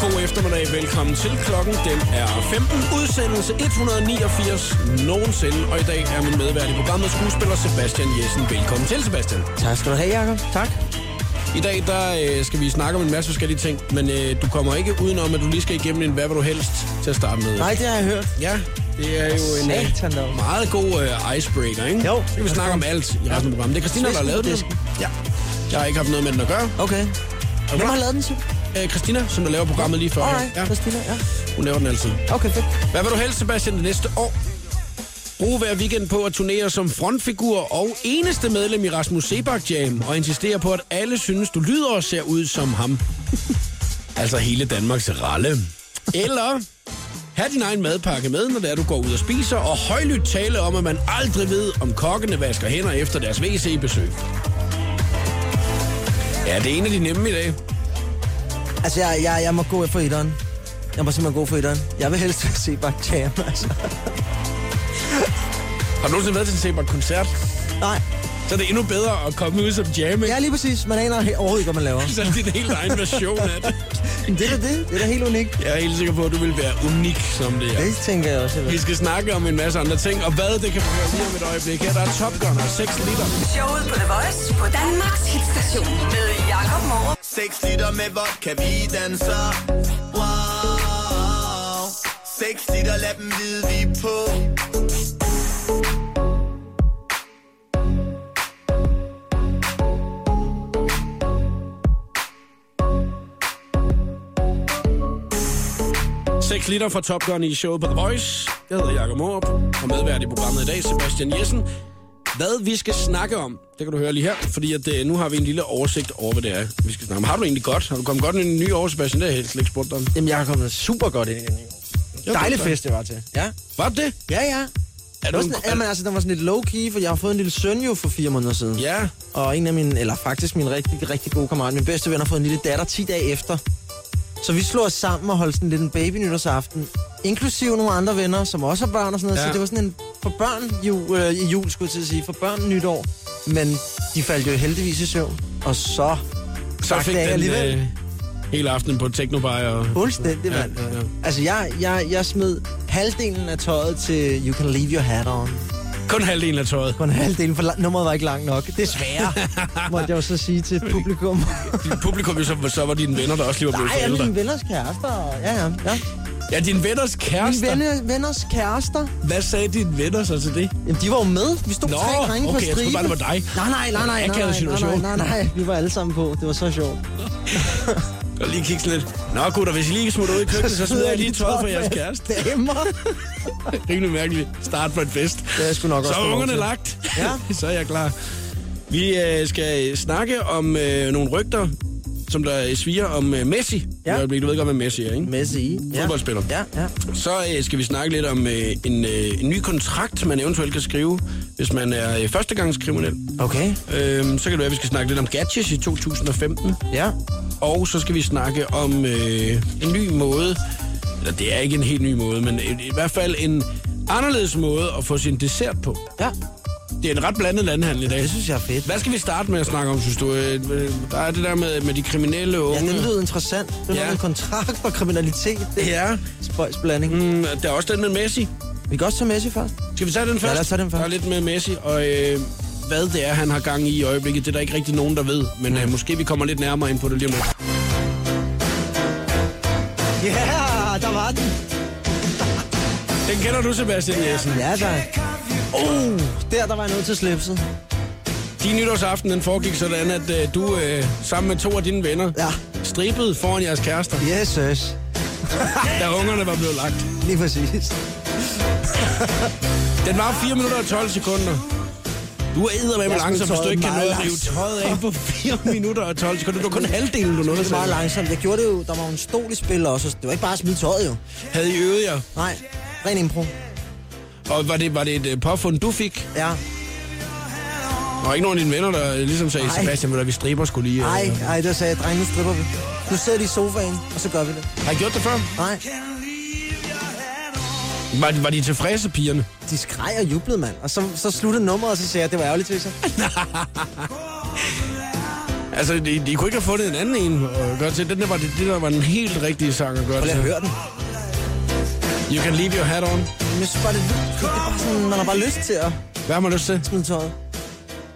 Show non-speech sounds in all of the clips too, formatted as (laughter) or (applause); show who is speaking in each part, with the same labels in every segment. Speaker 1: God eftermiddag. Velkommen til. Klokken den er 15. Udsendelse 189 nogensinde. Og i dag er min medvært i programmet skuespiller Sebastian Jessen. Velkommen til, Sebastian.
Speaker 2: Tak skal du have, Jacob. Tak.
Speaker 1: I dag der øh, skal vi snakke om en masse forskellige ting, men øh, du kommer ikke udenom, at du lige skal igennem en hvad vil du helst til at starte med.
Speaker 2: Nej, det har jeg hørt.
Speaker 1: Ja, det er jo en øh,
Speaker 2: Satan dog.
Speaker 1: meget god øh, icebreaker, ikke?
Speaker 2: Jo.
Speaker 1: Så kan vi snakke om alt i resten af programmet. Det er Christina, der har lavet det.
Speaker 2: Sviskedisken.
Speaker 1: Ja. Jeg har ikke haft noget med den at gøre.
Speaker 2: Okay. Hvem har
Speaker 1: klar?
Speaker 2: lavet den, siger du?
Speaker 1: Øh, Christina, som der laver programmet lige før.
Speaker 2: Alright,
Speaker 1: Ja,
Speaker 2: Christina, ja.
Speaker 1: hun laver den altid.
Speaker 2: Okay, fedt.
Speaker 1: Hvad vil du helst, Sebastian, det næste år? Bruge hver weekend på at turnere som frontfigur og eneste medlem i Rasmus Sebak Jam, og insistere på, at alle synes, du lyder og ser ud som ham. (laughs) altså hele Danmarks ralle. Eller have din egen madpakke med, når det er, du går ud og spiser, og højlydt tale om, at man aldrig ved, om kokkene vasker hænder efter deres WC-besøg. Ja, det er en af de nemme i dag.
Speaker 2: Altså, jeg, jeg, jeg må gå for etteren. Jeg må simpelthen gå for etteren. Jeg vil helst (laughs) se bare jam, altså.
Speaker 1: Har du nogensinde været til en Sebak-koncert?
Speaker 2: Nej.
Speaker 1: Så er det endnu bedre at komme ud som jam, ikke?
Speaker 2: Ja, lige præcis. Man aner he- overhovedet ikke, hvad man laver.
Speaker 1: Så er det din helt egen version af det.
Speaker 2: Men (laughs) det er da det. Det er da helt unikt.
Speaker 1: Jeg er helt sikker på, at du vil være unik som det er.
Speaker 2: Det tænker jeg også, jeg
Speaker 1: Vi
Speaker 2: vil.
Speaker 1: skal snakke om en masse andre ting, og hvad det kan man høre lige om et øjeblik. Her der er Top Gun og 6 liter.
Speaker 3: Showet på The Voice på Danmarks hitstation med Jakob Morup.
Speaker 4: 6 liter med vodka, vi danser. Wow. 6 liter, lad dem vide, vi er på.
Speaker 1: Seks liter fra Top Gun i showet på The Voice. Jeg hedder Jakob Morup, og medvært i programmet i dag, Sebastian Jessen. Hvad vi skal snakke om, det kan du høre lige her, fordi at, øh, nu har vi en lille oversigt over, hvad det er, vi skal snakke om. Har du egentlig godt? Har du kommet godt ind i en ny år, Sebastian? Det har jeg helt slet ikke spurgt dig om.
Speaker 2: Jamen, jeg har kommet super godt ind i den.
Speaker 1: Jeg
Speaker 2: Dejlig
Speaker 1: ved det.
Speaker 2: fest, det var til. Ja.
Speaker 1: Var det det?
Speaker 2: Ja, ja.
Speaker 1: Er
Speaker 2: Det
Speaker 1: du
Speaker 2: var
Speaker 1: en,
Speaker 2: sådan, jamen, altså, den var sådan lidt low-key, for jeg har fået en lille søn jo for fire måneder siden.
Speaker 1: ja,
Speaker 2: Og en af mine, eller faktisk min rigtig, rigtig gode kammerat, min bedste ven, har fået en lille datter 10 dage efter. Så vi slog os sammen og holdt sådan lidt en baby nytårsaften. Inklusive nogle andre venner, som også har børn og sådan noget.
Speaker 1: Ja.
Speaker 2: Ja. Så det var sådan en for børn jul, øh, i jul, skulle jeg til at sige. For børn nytår. Men de faldt jo heldigvis i søvn. Og så...
Speaker 1: så
Speaker 2: Tak,
Speaker 1: fik
Speaker 2: det er
Speaker 1: den
Speaker 2: alligevel.
Speaker 1: øh, hele aftenen på Technobar og...
Speaker 2: Fuldstændig,
Speaker 1: Ja,
Speaker 2: mand.
Speaker 1: ja, ja.
Speaker 2: Altså, jeg, jeg, jeg smed halvdelen af tøjet til You Can Leave Your Hat On.
Speaker 1: Kun halvdelen af tøjet.
Speaker 2: Kun halvdelen, for la- nummeret var ikke langt nok.
Speaker 1: (laughs)
Speaker 2: Desværre, måtte jeg jo så sige til publikum.
Speaker 1: Dit publikum, så, så var dine venner, der også lige var blevet
Speaker 2: Nej, alle
Speaker 1: forældre.
Speaker 2: mine venners kærester. og- Ja, ja, ja.
Speaker 1: Ja, dine venners
Speaker 2: Mine
Speaker 1: kærester.
Speaker 2: venne, venners kærester.
Speaker 1: Hvad sagde dine venner så til det?
Speaker 2: Jamen, de var jo med. Vi stod
Speaker 1: Nå,
Speaker 2: tre drenge
Speaker 1: okay,
Speaker 2: på
Speaker 1: jeg troede
Speaker 2: stribe.
Speaker 1: bare, det var dig.
Speaker 2: Nej, nej, nej, nej,
Speaker 1: Akavet
Speaker 2: nej, nej,
Speaker 1: situation.
Speaker 2: nej, nej, nej, Vi var alle sammen på. Det var så sjovt.
Speaker 1: Og lige kigge sådan lidt. Nå gutter, hvis I lige smutter ud i køkkenet, så smider jeg lige tøjet på jeres kæreste.
Speaker 2: Damer.
Speaker 1: Rimelig mærkeligt. Start på en fest.
Speaker 2: Det er sgu nok
Speaker 1: Så
Speaker 2: også.
Speaker 1: er
Speaker 2: få lov
Speaker 1: ungerne
Speaker 2: til.
Speaker 1: lagt.
Speaker 2: Ja.
Speaker 1: (laughs) så er jeg klar. Vi øh, skal snakke om øh, nogle rygter, som der sviger om øh, Messi.
Speaker 2: Ja.
Speaker 1: Ja. Du ved godt, hvad Messi er, ikke?
Speaker 2: Messi. Ja.
Speaker 1: Fodboldspiller.
Speaker 2: Ja, ja.
Speaker 1: Så øh, skal vi snakke lidt om øh, en, øh, en ny kontrakt, man eventuelt kan skrive, hvis man er øh, førstegangskriminel.
Speaker 2: Okay.
Speaker 1: Øhm, så kan det være, at vi skal snakke lidt om gadgets i 2015.
Speaker 2: Ja.
Speaker 1: Og så skal vi snakke om øh, en ny måde, eller det er ikke en helt ny måde, men i, i hvert fald en anderledes måde at få sin dessert på.
Speaker 2: Ja.
Speaker 1: Det er en ret blandet landhandel i dag.
Speaker 2: Det synes jeg er fedt.
Speaker 1: Hvad skal vi starte med at snakke om, synes du? Øh, øh, Der er det der med, med de kriminelle
Speaker 2: Ja,
Speaker 1: unge.
Speaker 2: den lyder interessant. Det var
Speaker 1: Mm. Ja.
Speaker 2: en kontrakt for kriminalitet. Det er
Speaker 1: Ja,
Speaker 2: spøjs blanding.
Speaker 1: mm, der er også den med Messi.
Speaker 2: Vi kan også tage Messi først.
Speaker 1: Skal vi tage den først?
Speaker 2: lad os tage den først.
Speaker 1: Der er lidt med Messi, og øh, hvad det er, han har gang i i øjeblikket, det er der ikke rigtig nogen, der ved. Men øh, måske vi kommer lidt nærmere ind på det lige om lidt.
Speaker 2: Ja, yeah, der var den.
Speaker 1: Den kender du, Sebastian Jessen.
Speaker 2: Ja, der. Oh, der, der var jeg nødt til slipset.
Speaker 1: Din nytårsaften den foregik sådan, at øh, du øh, sammen med to af dine venner
Speaker 2: Ja.
Speaker 1: stribede foran jeres kærester,
Speaker 2: Yes, yes.
Speaker 1: da ungerne var blevet lagt.
Speaker 2: Lige præcis.
Speaker 1: Den var 4 minutter og 12 sekunder. Du er med
Speaker 2: Jeg
Speaker 1: langsom,
Speaker 2: skulle
Speaker 1: hvis du ikke kan
Speaker 2: tøjet
Speaker 1: nå at
Speaker 2: meget
Speaker 1: rive
Speaker 2: langsomt.
Speaker 1: tøjet af på 4 (laughs) minutter og 12 sekunder. Det var kun halvdelen, du nåede at
Speaker 2: Det var meget
Speaker 1: sætte.
Speaker 2: langsomt. Jeg gjorde det jo. Der var jo en stol i spil også. Det var ikke bare at smide tøjet jo.
Speaker 1: Havde I øvet jer?
Speaker 2: Nej, ren impro.
Speaker 1: Og var det, var det et øh, påfund, du fik?
Speaker 2: Ja.
Speaker 1: Og ikke nogen af dine venner, der øh, ligesom sagde,
Speaker 2: Nej.
Speaker 1: Sebastian, ved du, vi striber skulle lige. øh."
Speaker 2: Ej, ej, der sagde jeg, drenge, nu stripper vi. Nu sidder de i sofaen, og så gør vi det.
Speaker 1: Har I gjort det før?
Speaker 2: Nej,
Speaker 1: Var, de- var de tilfredse, pigerne?
Speaker 2: de skreg og jublede, mand. Og så, så sluttede nummeret, og så sagde jeg, det var ærgerligt, Twisser.
Speaker 1: Altså, de, de kunne ikke have fundet en anden en at gøre til. Den der var, det, det der var den helt rigtige sang at gøre
Speaker 2: Prøv
Speaker 1: til.
Speaker 2: lige at høre den.
Speaker 1: You can leave your hat on.
Speaker 2: Men Jeg synes bare, det er vildt. fedt. Det er bare sådan, man har bare lyst til at
Speaker 1: Hvad har man lyst til?
Speaker 2: smide tøjet.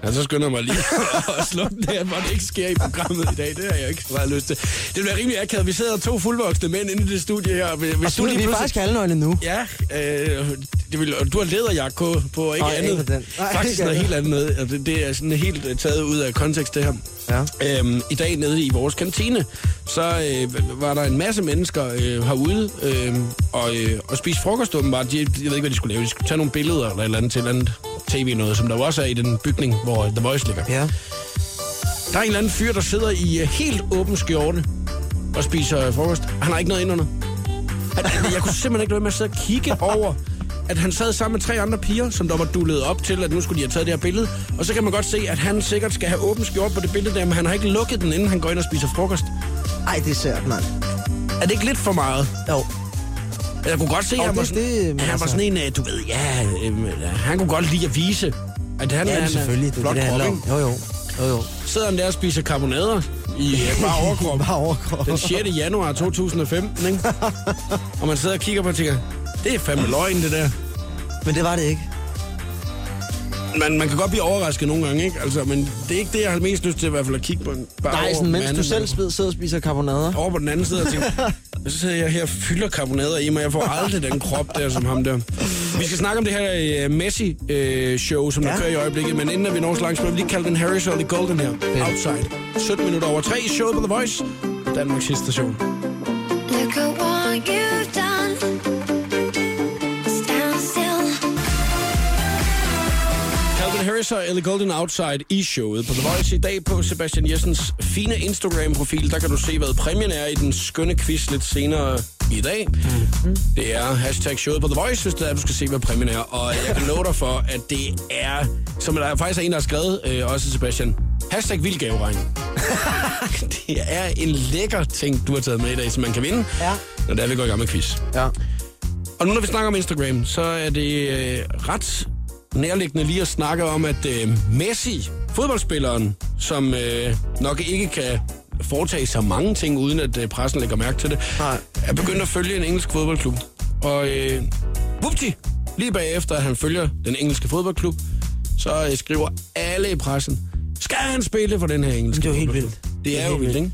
Speaker 1: Ja, så skynder jeg mig lige (laughs) at slukke det her, hvor det ikke sker i programmet i dag. Det har jeg ikke så meget lyst til. Det bliver rimelig akavet. Vi sidder to fuldvoksne mænd inde i det studie her. Hvis
Speaker 2: Og du, vi er faktisk halvnøgne nu.
Speaker 1: Ja, øh, det vil, og du har lederjakke på, på og ikke
Speaker 2: Nej,
Speaker 1: andet.
Speaker 2: ikke på den. Nej,
Speaker 1: Faktisk
Speaker 2: ikke
Speaker 1: noget
Speaker 2: andet.
Speaker 1: helt andet. noget. Og Det, det er sådan helt øh, taget ud af kontekst, det her.
Speaker 2: Ja.
Speaker 1: Øhm, I dag nede i vores kantine, så øh, var der en masse mennesker øh, herude øh, og, øh, og spiste frokost åbenbart. De, jeg ved ikke, hvad de skulle lave. De skulle tage nogle billeder eller et eller andet til et eller andet tv noget, som der jo også er i den bygning, hvor The Voice ligger.
Speaker 2: Ja.
Speaker 1: Der er en eller anden fyr, der sidder i øh, helt åben skjorte og spiser øh, frokost. Han har ikke noget indenunder. Han- Jeg kunne simpelthen ikke lade være med at sidde og
Speaker 2: (laughs)
Speaker 1: kigge over, at han sad sammen med tre andre piger, som der var dullet op til, at nu skulle de have taget det her billede. Og så kan man godt se, at han sikkert skal have åben skjorte på det billede der, men han har ikke lukket den, inden han går ind og spiser frokost.
Speaker 2: Ej, det er sært, mand.
Speaker 1: Er det ikke lidt for meget?
Speaker 2: Jo.
Speaker 1: Jeg kunne godt se, at han,
Speaker 2: det-
Speaker 1: var sådan,
Speaker 2: det- men
Speaker 1: han var
Speaker 2: altså-
Speaker 1: sådan en, øh, du ved, ja, øh, han kunne godt lide at vise, at han,
Speaker 2: Ja,
Speaker 1: er
Speaker 2: men
Speaker 1: en øh,
Speaker 2: selvfølgelig. Det er
Speaker 1: flot
Speaker 2: det, det handler
Speaker 1: krop,
Speaker 2: om.
Speaker 1: ikke?
Speaker 2: Jo, jo. Jo, jo.
Speaker 1: Sidder han der og spiser karbonader i øh, bare overkrop.
Speaker 2: Bare overkrop.
Speaker 1: den 6. januar 2015, ikke? og man sidder og kigger på og tænker, det er fandme løgn, det der.
Speaker 2: Men det var det ikke.
Speaker 1: Man, man kan godt blive overrasket nogle gange, ikke? Altså, men det er ikke det, jeg har mest lyst til i hvert fald at kigge på. En, bare
Speaker 2: Nej,
Speaker 1: over
Speaker 2: sådan,
Speaker 1: den
Speaker 2: mens
Speaker 1: anden-
Speaker 2: du selv spid, sidder og spiser karbonader.
Speaker 1: Over på den anden side og
Speaker 2: (laughs)
Speaker 1: tænker, så sidder jeg her og fylder karbonader i mig. Jeg får aldrig den krop der, som ham der. Vi skal snakke om det her øh, Messi-show, som ja.
Speaker 2: Ja.
Speaker 1: der kører i øjeblikket. Men inden at vi når så langt, så vil vi lige kalde den Harris og Golden her. Outside. 17 minutter over 3, showet på The Voice. Danmarks station.
Speaker 5: Look at what you've done. Stand still.
Speaker 1: Calvin Harris og Ellie Golden Outside i showet på The Voice i dag på Sebastian Jessens fine Instagram-profil. Der kan du se, hvad præmien er i den skønne quiz lidt senere i dag. Det er hashtag showet på The Voice, hvis det er, du skal se, hvad præmien er. Og jeg kan love dig for, at det er, som der faktisk er en, der har skrevet, øh, også Sebastian, hashtag vildgaveregn. det er en lækker ting, du har taget med i dag, som man kan vinde,
Speaker 2: Ja.
Speaker 1: når det er, vi går i gang med quiz.
Speaker 2: Ja.
Speaker 1: Og nu når vi snakker om Instagram, så er det øh, ret nærliggende lige at snakke om, at øh, Messi, fodboldspilleren, som øh, nok ikke kan foretage sig mange ting, uden at øh, pressen lægger mærke til det,
Speaker 2: Nej.
Speaker 1: er begyndt at følge en engelsk fodboldklub. Og øh, vupti, lige bagefter at han følger den engelske fodboldklub, så øh, skriver alle i pressen, skal han spille for den her engelske
Speaker 2: det er jo helt
Speaker 1: fodboldklub?"
Speaker 2: vildt.
Speaker 1: Det er jo
Speaker 2: helt
Speaker 1: vildt, ikke?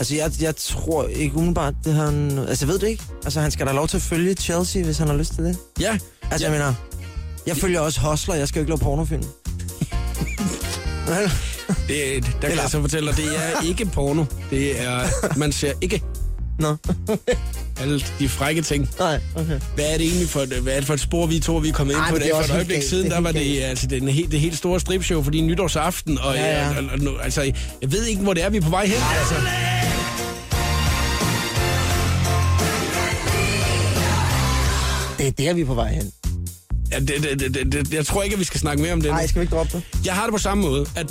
Speaker 2: Altså, jeg, jeg tror ikke umiddelbart, det har han... Altså, jeg ved det ikke. Altså, han skal da have lov til at følge Chelsea, hvis han har lyst til det.
Speaker 1: Ja,
Speaker 2: Altså, ja. jeg mener, jeg følger også Hustler, jeg skal jo ikke lave pornofilm. Vel?
Speaker 1: det, der kan
Speaker 2: Eller-
Speaker 1: jeg så fortælle dig, det
Speaker 2: (laughs)
Speaker 1: er ikke porno. Det er, man ser ikke
Speaker 2: Nå,
Speaker 1: alle de frække ting.
Speaker 2: (laughs) nej, okay.
Speaker 1: Hvad er det egentlig for et, hvad er det for et spor, vi to vi er kommet ind
Speaker 2: Ej,
Speaker 1: på?
Speaker 2: men
Speaker 1: Det
Speaker 2: det er
Speaker 1: for et
Speaker 2: også helt
Speaker 1: øjeblik
Speaker 2: galt.
Speaker 1: siden,
Speaker 2: Det er
Speaker 1: der var
Speaker 2: helt
Speaker 1: det,
Speaker 2: galt.
Speaker 1: altså, det, helt, det helt store stripshow, fordi nytårsaften, og,
Speaker 2: Ja, ja.
Speaker 1: ja, ja. og, og altså, jeg ved ikke, hvor det er, vi er på vej hen. Altså.
Speaker 2: Det er der, vi er på vej hen.
Speaker 1: Ja, det, det, det, det, det, jeg tror ikke, at vi skal snakke mere om det. nu.
Speaker 2: Nej, skal vi ikke droppe det?
Speaker 1: Jeg har det på samme måde, at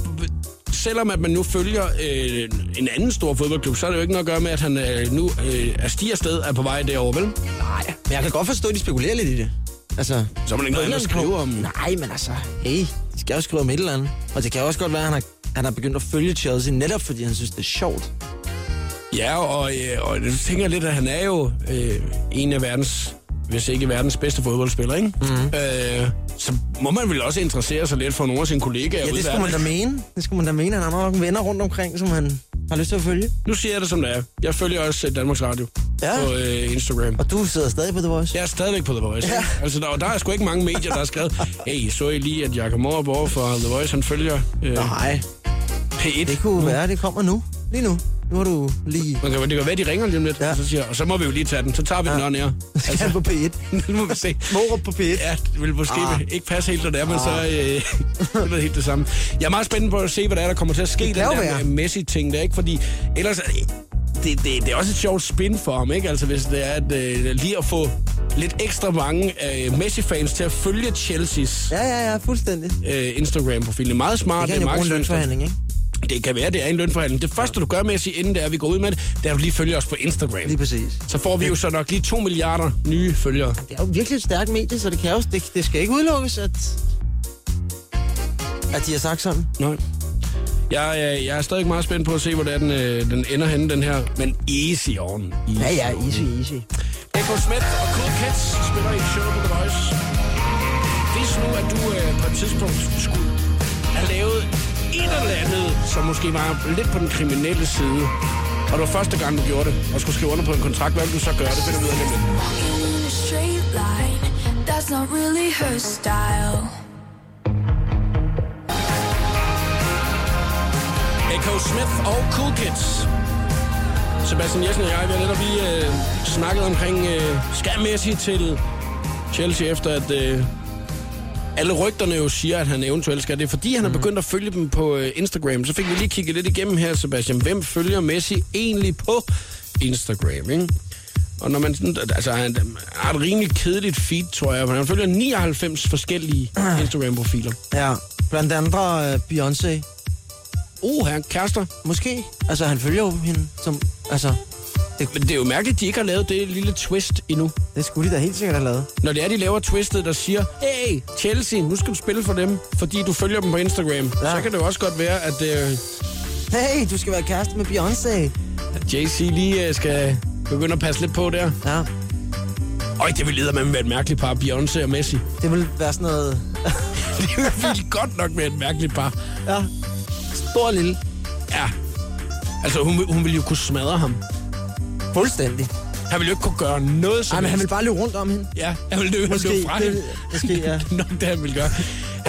Speaker 1: selvom at man nu følger øh, en anden stor fodboldklub, så er det jo ikke noget at gøre med, at han øh, nu øh, er stiger sted er på vej derovre, vel?
Speaker 2: Nej, men jeg kan godt forstå, at de spekulerer lidt i det. Altså,
Speaker 1: Så er man ikke
Speaker 2: på
Speaker 1: noget andet at
Speaker 2: et
Speaker 1: skrive
Speaker 2: eller
Speaker 1: om.
Speaker 2: andet punkt- Nej, men altså, hey, de skal jo skrive om et eller andet. Og det kan jo også godt være, at han har, han har begyndt at følge Chelsea, netop fordi han synes, det er sjovt.
Speaker 1: Ja, og, øh, og det tænker jeg lidt, at han er jo øh, en af verdens, hvis ikke verdens bedste fodboldspiller, ikke?
Speaker 2: Mhm.
Speaker 1: Mm. Øh, så må man vel også interessere sig lidt for nogle af sine kollegaer.
Speaker 2: Ja,
Speaker 1: ude i
Speaker 2: det skulle man
Speaker 1: verden.
Speaker 2: da mene. Det skulle man da mene. Han har nok venner rundt omkring, som han har lyst til at følge.
Speaker 1: Nu siger jeg det, som det er. Jeg følger også øh, Danmarks Radio
Speaker 2: Ja.
Speaker 1: på øh, Instagram.
Speaker 2: Og du sidder stadig på The Voice.
Speaker 1: Jeg er stadigvæk på The Voice.
Speaker 2: Ja.
Speaker 1: Ja. Altså, der, og der er sgu ikke mange medier, der har skrevet, hey, så I lige, at Jakob Morup over for The Voice, han følger øh,
Speaker 2: Nej,
Speaker 1: P1.
Speaker 2: det kunne være, det kommer nu. Lige nu. Nu har du (laughs) lige...
Speaker 1: Man kan, det kan være, de ringer lige om lidt,
Speaker 2: Ja.
Speaker 1: ja. og, så siger, og så må vi jo lige tage den. Så tager vi ja. den on air. (laughs)
Speaker 2: Skal han altså på P1.
Speaker 1: nu må vi se.
Speaker 2: Morup på P1.
Speaker 1: Ja, det vil måske ah. ikke passe helt, når det er, men ah. så øh, (laughs) det er det helt det samme. Jeg er meget spændt på at se, hvad der er, der kommer til at ske.
Speaker 2: Det kan jo
Speaker 1: den der
Speaker 2: være.
Speaker 1: Messi-ting der, ikke? Fordi ellers... er det- Det, det, det er også et sjovt spin for ham, ikke? Altså, hvis det er at, øh, lige at få lidt ekstra mange øh, Messi-fans til at følge Chelsea's
Speaker 2: Ja, ja, ja, fuldstændig. Det
Speaker 1: øh, Instagram-profil. Det er meget smart.
Speaker 2: kan han jo bruge en
Speaker 1: markedsføring.
Speaker 2: lønforhandling, ikke?
Speaker 1: Det kan være, det er en lønforhandling. Det første, du gør, Messi, inden det er, at vi går ud med det, det er, at du lige følger os på Instagram.
Speaker 2: Lige præcis.
Speaker 1: Så får vi jo så nok lige 2 milliarder nye følgere.
Speaker 2: Det er jo virkelig et stærkt medie, så det, kan jo, det, det skal ikke udelukkes, at, at de har sagt sådan.
Speaker 1: Nej. Jeg, øh, jeg er stadig meget spændt på at se, hvor det er, den, øh, den ender henne, den her. Men easy on. Easy
Speaker 2: Ja, ja, easy, easy.
Speaker 1: Eko Smet og Cool Kids spiller i showet på The Voice. Hvis nu, at du øh, på et tidspunkt skulle have lavet et eller andet, som måske var lidt på den kriminelle side, og det var første gang, du gjorde det, og skulle skrive under på en kontrakt, hvad ville du så gøre? Det finder vi ud af lidt.
Speaker 6: Walking in a straight line, that's not really her style.
Speaker 1: Eko Smith og Cool Kids. Sebastian Jessen og jeg, vi har netop lige øh, snakket omkring, øh, skal Messi til Chelsea, efter at øh, alle rygterne jo siger, at han eventuelt skal. Det er fordi, han har begyndt at følge dem på øh, Instagram. Så fik vi lige kigget lidt igennem her, Sebastian. Hvem følger Messi egentlig på Instagram, ikke? Og når man sådan, altså, han har et rimelig kedeligt feed, tror jeg, men han følger 99 forskellige Instagram-profiler.
Speaker 2: Ja, blandt andre øh, Beyoncé.
Speaker 1: Uh, her, kærester.
Speaker 2: Måske. Altså, han følger jo hende som... Altså,
Speaker 1: Men det er jo mærkeligt, at de ikke har lavet det lille twist endnu.
Speaker 2: det skulle de da helt sikkert have lavet.
Speaker 1: Når det er, de laver twistet, der siger, hey, Chelsea, nu skal du spille for dem, fordi du følger dem på Instagram. Ja.
Speaker 2: Ja.
Speaker 1: Så kan det jo også godt være, at uh,
Speaker 2: Hey, du skal være kæreste med Beyoncé.
Speaker 1: JC lige uh, skal begynde at passe lidt på der.
Speaker 2: Ja,
Speaker 1: Øj, det ville med være et mærkeligt par, Beyoncé og Messi.
Speaker 2: det ville være sådan noget...
Speaker 1: det ville godt nok være et mærkeligt par.
Speaker 2: ja, stor lille.
Speaker 1: Ja. Altså, hun, vil- hun ville jo kunne smadre ham.
Speaker 2: Fuldstændig.
Speaker 1: Han ville jo ikke kunne gøre noget som
Speaker 2: Ej, men han
Speaker 1: helst.
Speaker 2: ville bare løbe rundt om hende.
Speaker 1: Ja, han ville løbe,
Speaker 2: Måske,
Speaker 1: løbe fra
Speaker 2: det-
Speaker 1: hende.
Speaker 2: måske, ja.
Speaker 1: Det er (laughs) nok det, han ville gøre.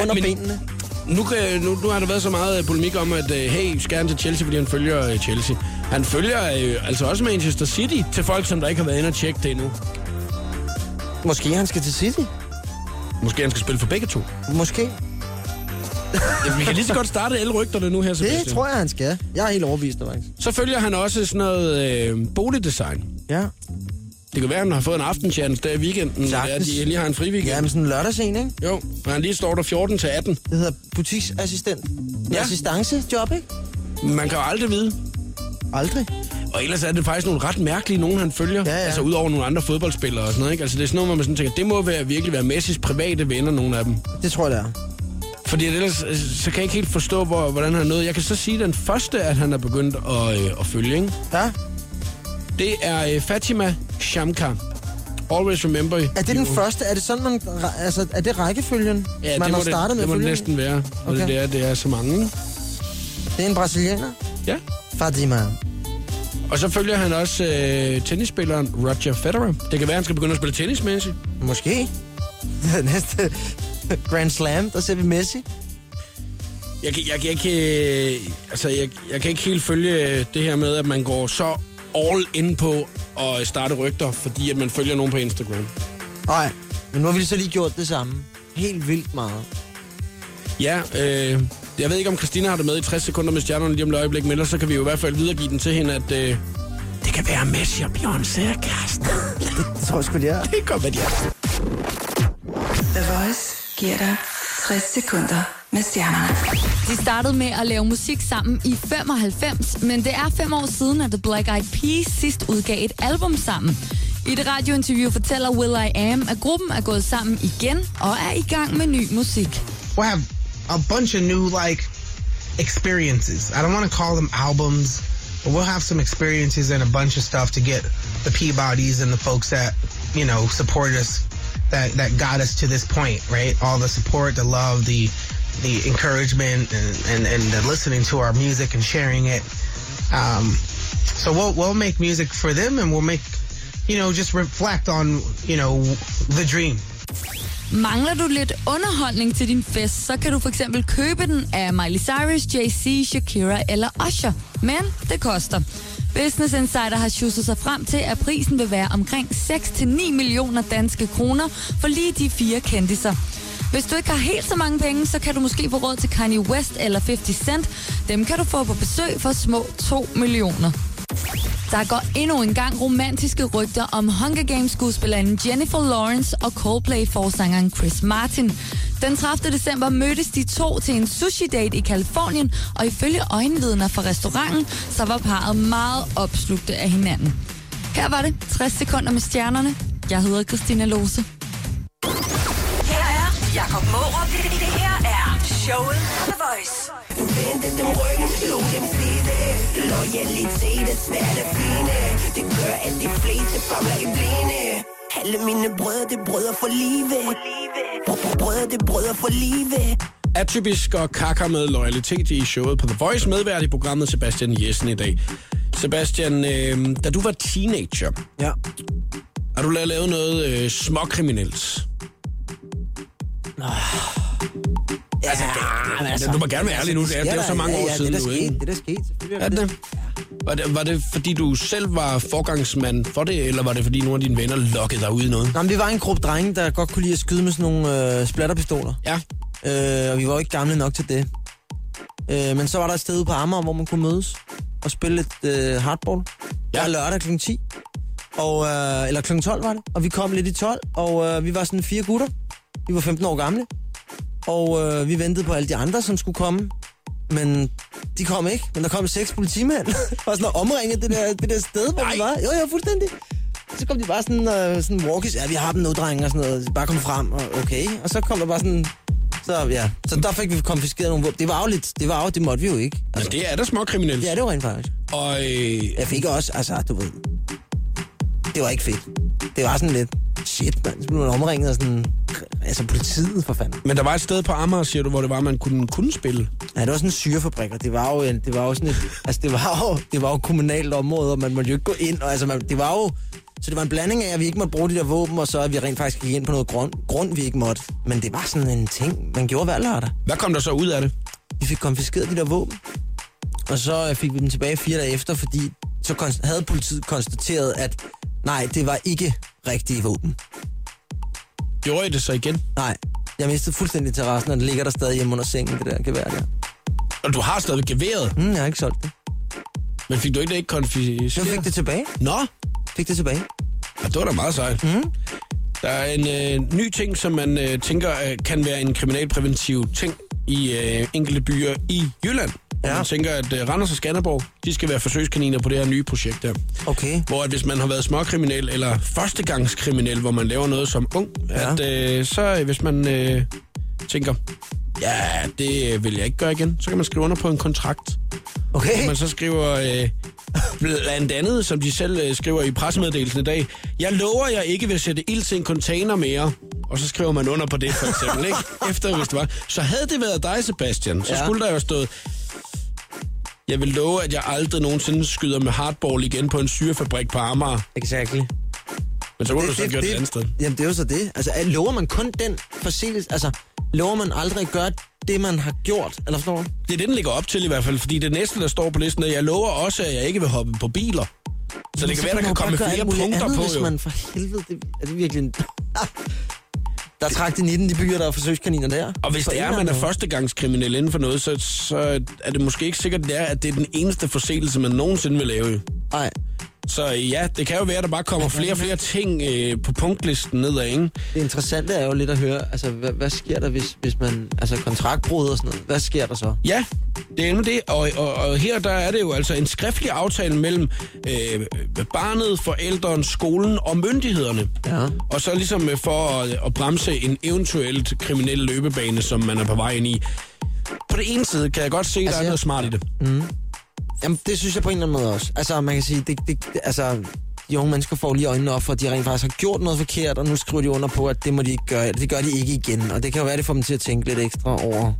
Speaker 2: Under
Speaker 1: Men-
Speaker 2: benene.
Speaker 1: Nu, kan- nu, nu har der været så meget øh, polemik om, at øh, hey, skal han til Chelsea, fordi han følger øh, Chelsea. Han følger øh, altså også Manchester City til folk, som der ikke har været inde og tjekke det endnu.
Speaker 2: Måske han skal til City.
Speaker 1: Måske han skal spille for begge to.
Speaker 2: Måske.
Speaker 1: Ja, Vi kan lige så godt starte alle rygterne nu her.
Speaker 2: Det tror jeg, han skal. Jeg er helt overbevist, faktisk.
Speaker 1: Så følger han også sådan noget øh, boligdesign.
Speaker 2: Ja.
Speaker 1: Det kan være, at han har fået en aftenchance der i weekenden, når det er, at
Speaker 2: Sagtens.
Speaker 1: de lige har en fri weekend.
Speaker 2: Ja, men sådan en lørdagsen, ikke?
Speaker 1: Jo, og han lige står der 14 til 18.
Speaker 2: Det hedder butiksassistent.
Speaker 1: Ja.
Speaker 2: Ja. Assistancejob, ikke?
Speaker 1: Man kan jo aldrig vide.
Speaker 2: Aldrig.
Speaker 1: Og ellers er det faktisk nogle ret mærkelige nogen, han følger.
Speaker 2: Ja, ja.
Speaker 1: Altså udover nogle andre fodboldspillere og sådan noget. Ikke? Altså det er sådan noget, hvor man sådan tænker, det må være, virkelig være Messis private venner, nogle af dem.
Speaker 2: Det tror jeg, det er.
Speaker 1: Fordi ellers øh, så kan jeg ikke helt forstå, hvor, hvordan han er nået. Jeg kan så sige den første, at han er begyndt at, øh, at følge. Ikke?
Speaker 2: Ja.
Speaker 1: Det er øh, Fatima Shamka. Always remember
Speaker 2: Er det den
Speaker 1: you.
Speaker 2: første? Er det sådan, man... Altså, er det rækkefølgen,
Speaker 1: Ja,
Speaker 2: man
Speaker 1: det
Speaker 2: har
Speaker 1: må
Speaker 2: startet
Speaker 1: det,
Speaker 2: med
Speaker 1: det må det
Speaker 2: følgen?
Speaker 1: næsten være. Okay.
Speaker 2: Okay.
Speaker 1: Det, er, det er så mange. ikke?
Speaker 2: Det er en brasilianer.
Speaker 1: Ja.
Speaker 2: Fatima.
Speaker 1: Og så følger han også øh, tennisspilleren Roger Federer. Det kan være, han skal begynde at spille tennis, Messi.
Speaker 2: Måske. (laughs) Næste Grand Slam, der ser vi Messi.
Speaker 1: Jeg, kan- jeg, kan ikke, øh, altså, jeg, jeg kan ikke helt følge øh, det her med, at man går så all in på at starte rygter, fordi at man følger nogen på Instagram.
Speaker 2: Nej, men nu har vi så lige gjort det samme. Helt vildt meget.
Speaker 1: Ja, øh, jeg ved ikke, om Christina har det med i 60 sekunder med stjernerne lige om et øjeblik, men ellers så kan vi jo i hvert fald videregive den til hende, at øh, det kan være Messi og Beyoncé og kæresten.
Speaker 2: Det tror jeg sgu, det er.
Speaker 1: (laughs) det kan være, de er.
Speaker 3: The Voice giver dig 60 sekunder med stjernerne.
Speaker 7: De startede med at lave musik sammen i 95, men det er fem år siden, at The Black Eyed Peas sidst udgav et album sammen. I et radiointerview fortæller Will I Am, at gruppen er gået sammen igen og er i gang med ny musik.
Speaker 8: we'll have a bunch of new like experiences. I don't want to call them albums, but we'll have some experiences and a bunch of stuff to get the Peabodys and the folks that you know support us, that that got us to this point, right? All the support, the love, the the encouragement, and and, and the listening to our music and sharing it. Um, so we'll we'll make music for them, and we'll make you know just reflect on you know the dream
Speaker 7: Mangler du lidt underholdning til din fest, så kan du for eksempel købe den af Miley Cyrus, JC, Shakira eller Usher. Men det koster. Business Insider har sjusset sig frem til, at prisen vil være omkring 6-9 millioner danske kroner for lige de fire kendiser. Hvis du ikke har helt så mange penge, så kan du måske få råd til Kanye West eller 50 Cent. Dem kan du få på besøg for små 2 millioner. Der går endnu en gang romantiske rygter om Hunger Games-skuespilleren Jennifer Lawrence og Coldplay-forsangeren Chris Martin. Den 30. december mødtes de to til en sushi-date i Kalifornien, og ifølge øjenvidner fra restauranten, så var parret meget opslugte af hinanden. Her var det 60 sekunder med stjernerne. Jeg hedder Christina Lose.
Speaker 3: Her er Jakob Mårup. Det her er showet på The Voice.
Speaker 4: Vente dem ryggen, du kan se det Loyalitet er svært at finde Det gør, at de fleste fanger i blinde Alle mine brødre, det er brødre for livet Brødre, det er brødre for livet
Speaker 1: Atypisk og kakker med loyalitet i showet på The Voice medvært i programmet Sebastian Jessen i dag. Sebastian, øh, da du var teenager,
Speaker 2: Ja.
Speaker 1: har du la- lavet noget øh, småkriminelt?
Speaker 2: Ja, altså, det,
Speaker 1: altså, du må gerne være ærlig nu, det er- det er jo så mange
Speaker 2: ja,
Speaker 1: år
Speaker 2: ja,
Speaker 1: siden
Speaker 2: det er
Speaker 1: nu,
Speaker 2: der
Speaker 1: ikke?
Speaker 2: Skete, det er der skete, selvfølgelig.
Speaker 1: Er
Speaker 2: det.
Speaker 1: det? Var det, var det fordi, du selv var forgangsmand for det, eller var det fordi, nogle af dine venner lokkede dig ud i noget?
Speaker 2: Nå, men vi var en gruppe drenge, der godt kunne lide at skyde med sådan nogle øh, splatterpistoler.
Speaker 1: Ja.
Speaker 2: Øh, og vi var jo ikke gamle nok til det. Øh, men så var der et sted ude på Amager, hvor man kunne mødes og spille lidt øh, hardball.
Speaker 1: Ja.
Speaker 2: Ja. Der lørdag kl. 10. Og, øh, eller kl. 12 var det. Og vi kom lidt i 12, og øh, vi var sådan fire gutter. Vi var 15 år gamle. Og øh, vi ventede på alle de andre, som skulle komme. Men de kom ikke. Men der kom seks politimænd. (laughs) og sådan omringet det der, det der sted, hvor vi var. Jo, jo, fuldstændig. Så kom de bare sådan, øh, sådan walkies. Ja, vi har dem nu, drenge, og sådan noget. Bare kom frem, og okay. Og så kom der bare sådan... Så, ja. så der fik vi konfiskeret nogle våben. Det var jo lidt, det var jo, det måtte vi jo ikke. Altså,
Speaker 1: Men det er da småkriminelt.
Speaker 2: Ja, det var rent faktisk.
Speaker 1: Og øh,
Speaker 2: Jeg fik også, altså, du ved... Det var ikke fedt. Det var sådan lidt... Shit, mand. Så blev man omringet af sådan... Altså, politiet, for fanden.
Speaker 1: Men der var et sted på Amager, siger du, hvor det var, man kunne, kunne spille.
Speaker 2: Ja, det var sådan en syrefabrik, og det var jo, en- det var jo sådan et, altså det var jo, det var jo kommunalt område, og man måtte jo ikke gå ind, og altså man, det var jo, så det var en blanding af, at vi ikke måtte bruge de der våben, og så at vi rent faktisk gik ind på noget grund, grund vi ikke måtte. Men det var sådan en ting, man gjorde hver lørdag.
Speaker 1: Hvad kom der så ud af det?
Speaker 2: Vi fik konfiskeret de der våben, og så øh, fik vi dem tilbage fire dage efter, fordi så konst- havde politiet konstateret, at nej, det var ikke rigtige våben.
Speaker 1: Gjorde I det så igen?
Speaker 2: Nej, jeg mistede fuldstændig terrassen, og den ligger der stadig hjemme under sengen, det der gevær der.
Speaker 1: Og du har stadig geværet,
Speaker 2: Mm, jeg har ikke solgt det.
Speaker 1: men fik du ikke det ikke
Speaker 2: Så fik
Speaker 1: konfiskeret?
Speaker 2: det tilbage.
Speaker 1: Nå,
Speaker 2: Fik det tilbage.
Speaker 1: ja, det var da meget sejt. Mm. Der er en øh, ny ting, som man øh, tænker øh, kan være en kriminalpræventiv ting i øh, enkelte byer i Jylland. Ja.
Speaker 2: Ja.
Speaker 1: Man tænker, at øh, Randers og Skanderborg, de skal være forsøgskaniner på det her nye projekt der.
Speaker 2: Okay.
Speaker 1: Hvor at hvis man har været småkriminel eller førstegangskriminel, hvor man laver noget som ung, ja.
Speaker 2: Ja.
Speaker 1: at øh, så øh, hvis man øh, tænker, ja, det øh, vil jeg ikke gøre igen, så kan man skrive under på en kontrakt.
Speaker 2: Okay.
Speaker 1: Man så skriver øh, blandt andet, som de selv øh, skriver i pressemeddelelsen i dag, jeg lover, jeg ikke vil sætte ild til en container mere. Og så skriver man under på det, for eksempel, ikke? (laughs) Efter, hvis det var. Så havde det været dig, Sebastian, så ja.
Speaker 2: Ja.
Speaker 1: skulle der jo have stået, jeg vil love, at jeg aldrig nogensinde skyder med hardball igen på en syrefabrik på Amager.
Speaker 2: Exactly.
Speaker 1: Men så kunne du så have gjort det, et andet sted.
Speaker 2: Jamen, det er jo så det. Altså, er- lover man kun den forseelse? Altså, lover man aldrig at gøre det, man har gjort? Eller forstår du?
Speaker 1: Det er det, den ligger op til i hvert fald, fordi det næste, der står på listen, er, jeg lover også, at jeg ikke vil hoppe på biler. Så det kan være, der
Speaker 2: man
Speaker 1: kan
Speaker 2: jo bare
Speaker 1: komme
Speaker 2: gøre
Speaker 1: flere
Speaker 2: alt muligt
Speaker 1: punkter
Speaker 2: andet,
Speaker 1: på,
Speaker 2: hvis
Speaker 1: jo.
Speaker 2: man for helvede... Det, er det virkelig en... der trak de 19 de byer, der er forsøgskaniner der.
Speaker 1: Og hvis
Speaker 2: På
Speaker 1: det er,
Speaker 2: en
Speaker 1: at man
Speaker 2: eller
Speaker 1: er
Speaker 2: anden måde.
Speaker 1: førstegangskriminel inden for noget, så, så er det måske ikke sikkert, det er, at det er den eneste forseelse, man nogensinde vil lave.
Speaker 2: Nej,
Speaker 1: Så ja, det kan jo være, at der bare kommer flere og flere ting øh, på punktlisten nedad, ikke?
Speaker 2: det interessante er jo lidt at høre, altså, hvad, hvad sker der, hvis, hvis man... Altså, kontraktbrud og sådan noget. Hvad sker der så?
Speaker 1: Ja, det er nemlig det, og, og, og her der er det jo altså en skriftlig aftale mellem øh, barnet, forældrene, skolen og myndighederne.
Speaker 2: Ja.
Speaker 1: Og så ligesom øh, for at, at bremse en eventuelt kriminel løbebane, som man er på vej ind i. På den ene side kan jeg godt se, at altså, der er
Speaker 2: jeg-
Speaker 1: noget smart i det.
Speaker 2: Jamen, det synes jeg på en eller anden måde også. Altså, man kan sige, det, det, det- altså, de unge mennesker får lige øjnene op for, at de rent faktisk har gjort noget forkert, og nu skriver de under på, at det må de ikke gøre, eller det gør de ikke igen. Og det kan jo være, det får dem til at tænke lidt ekstra over.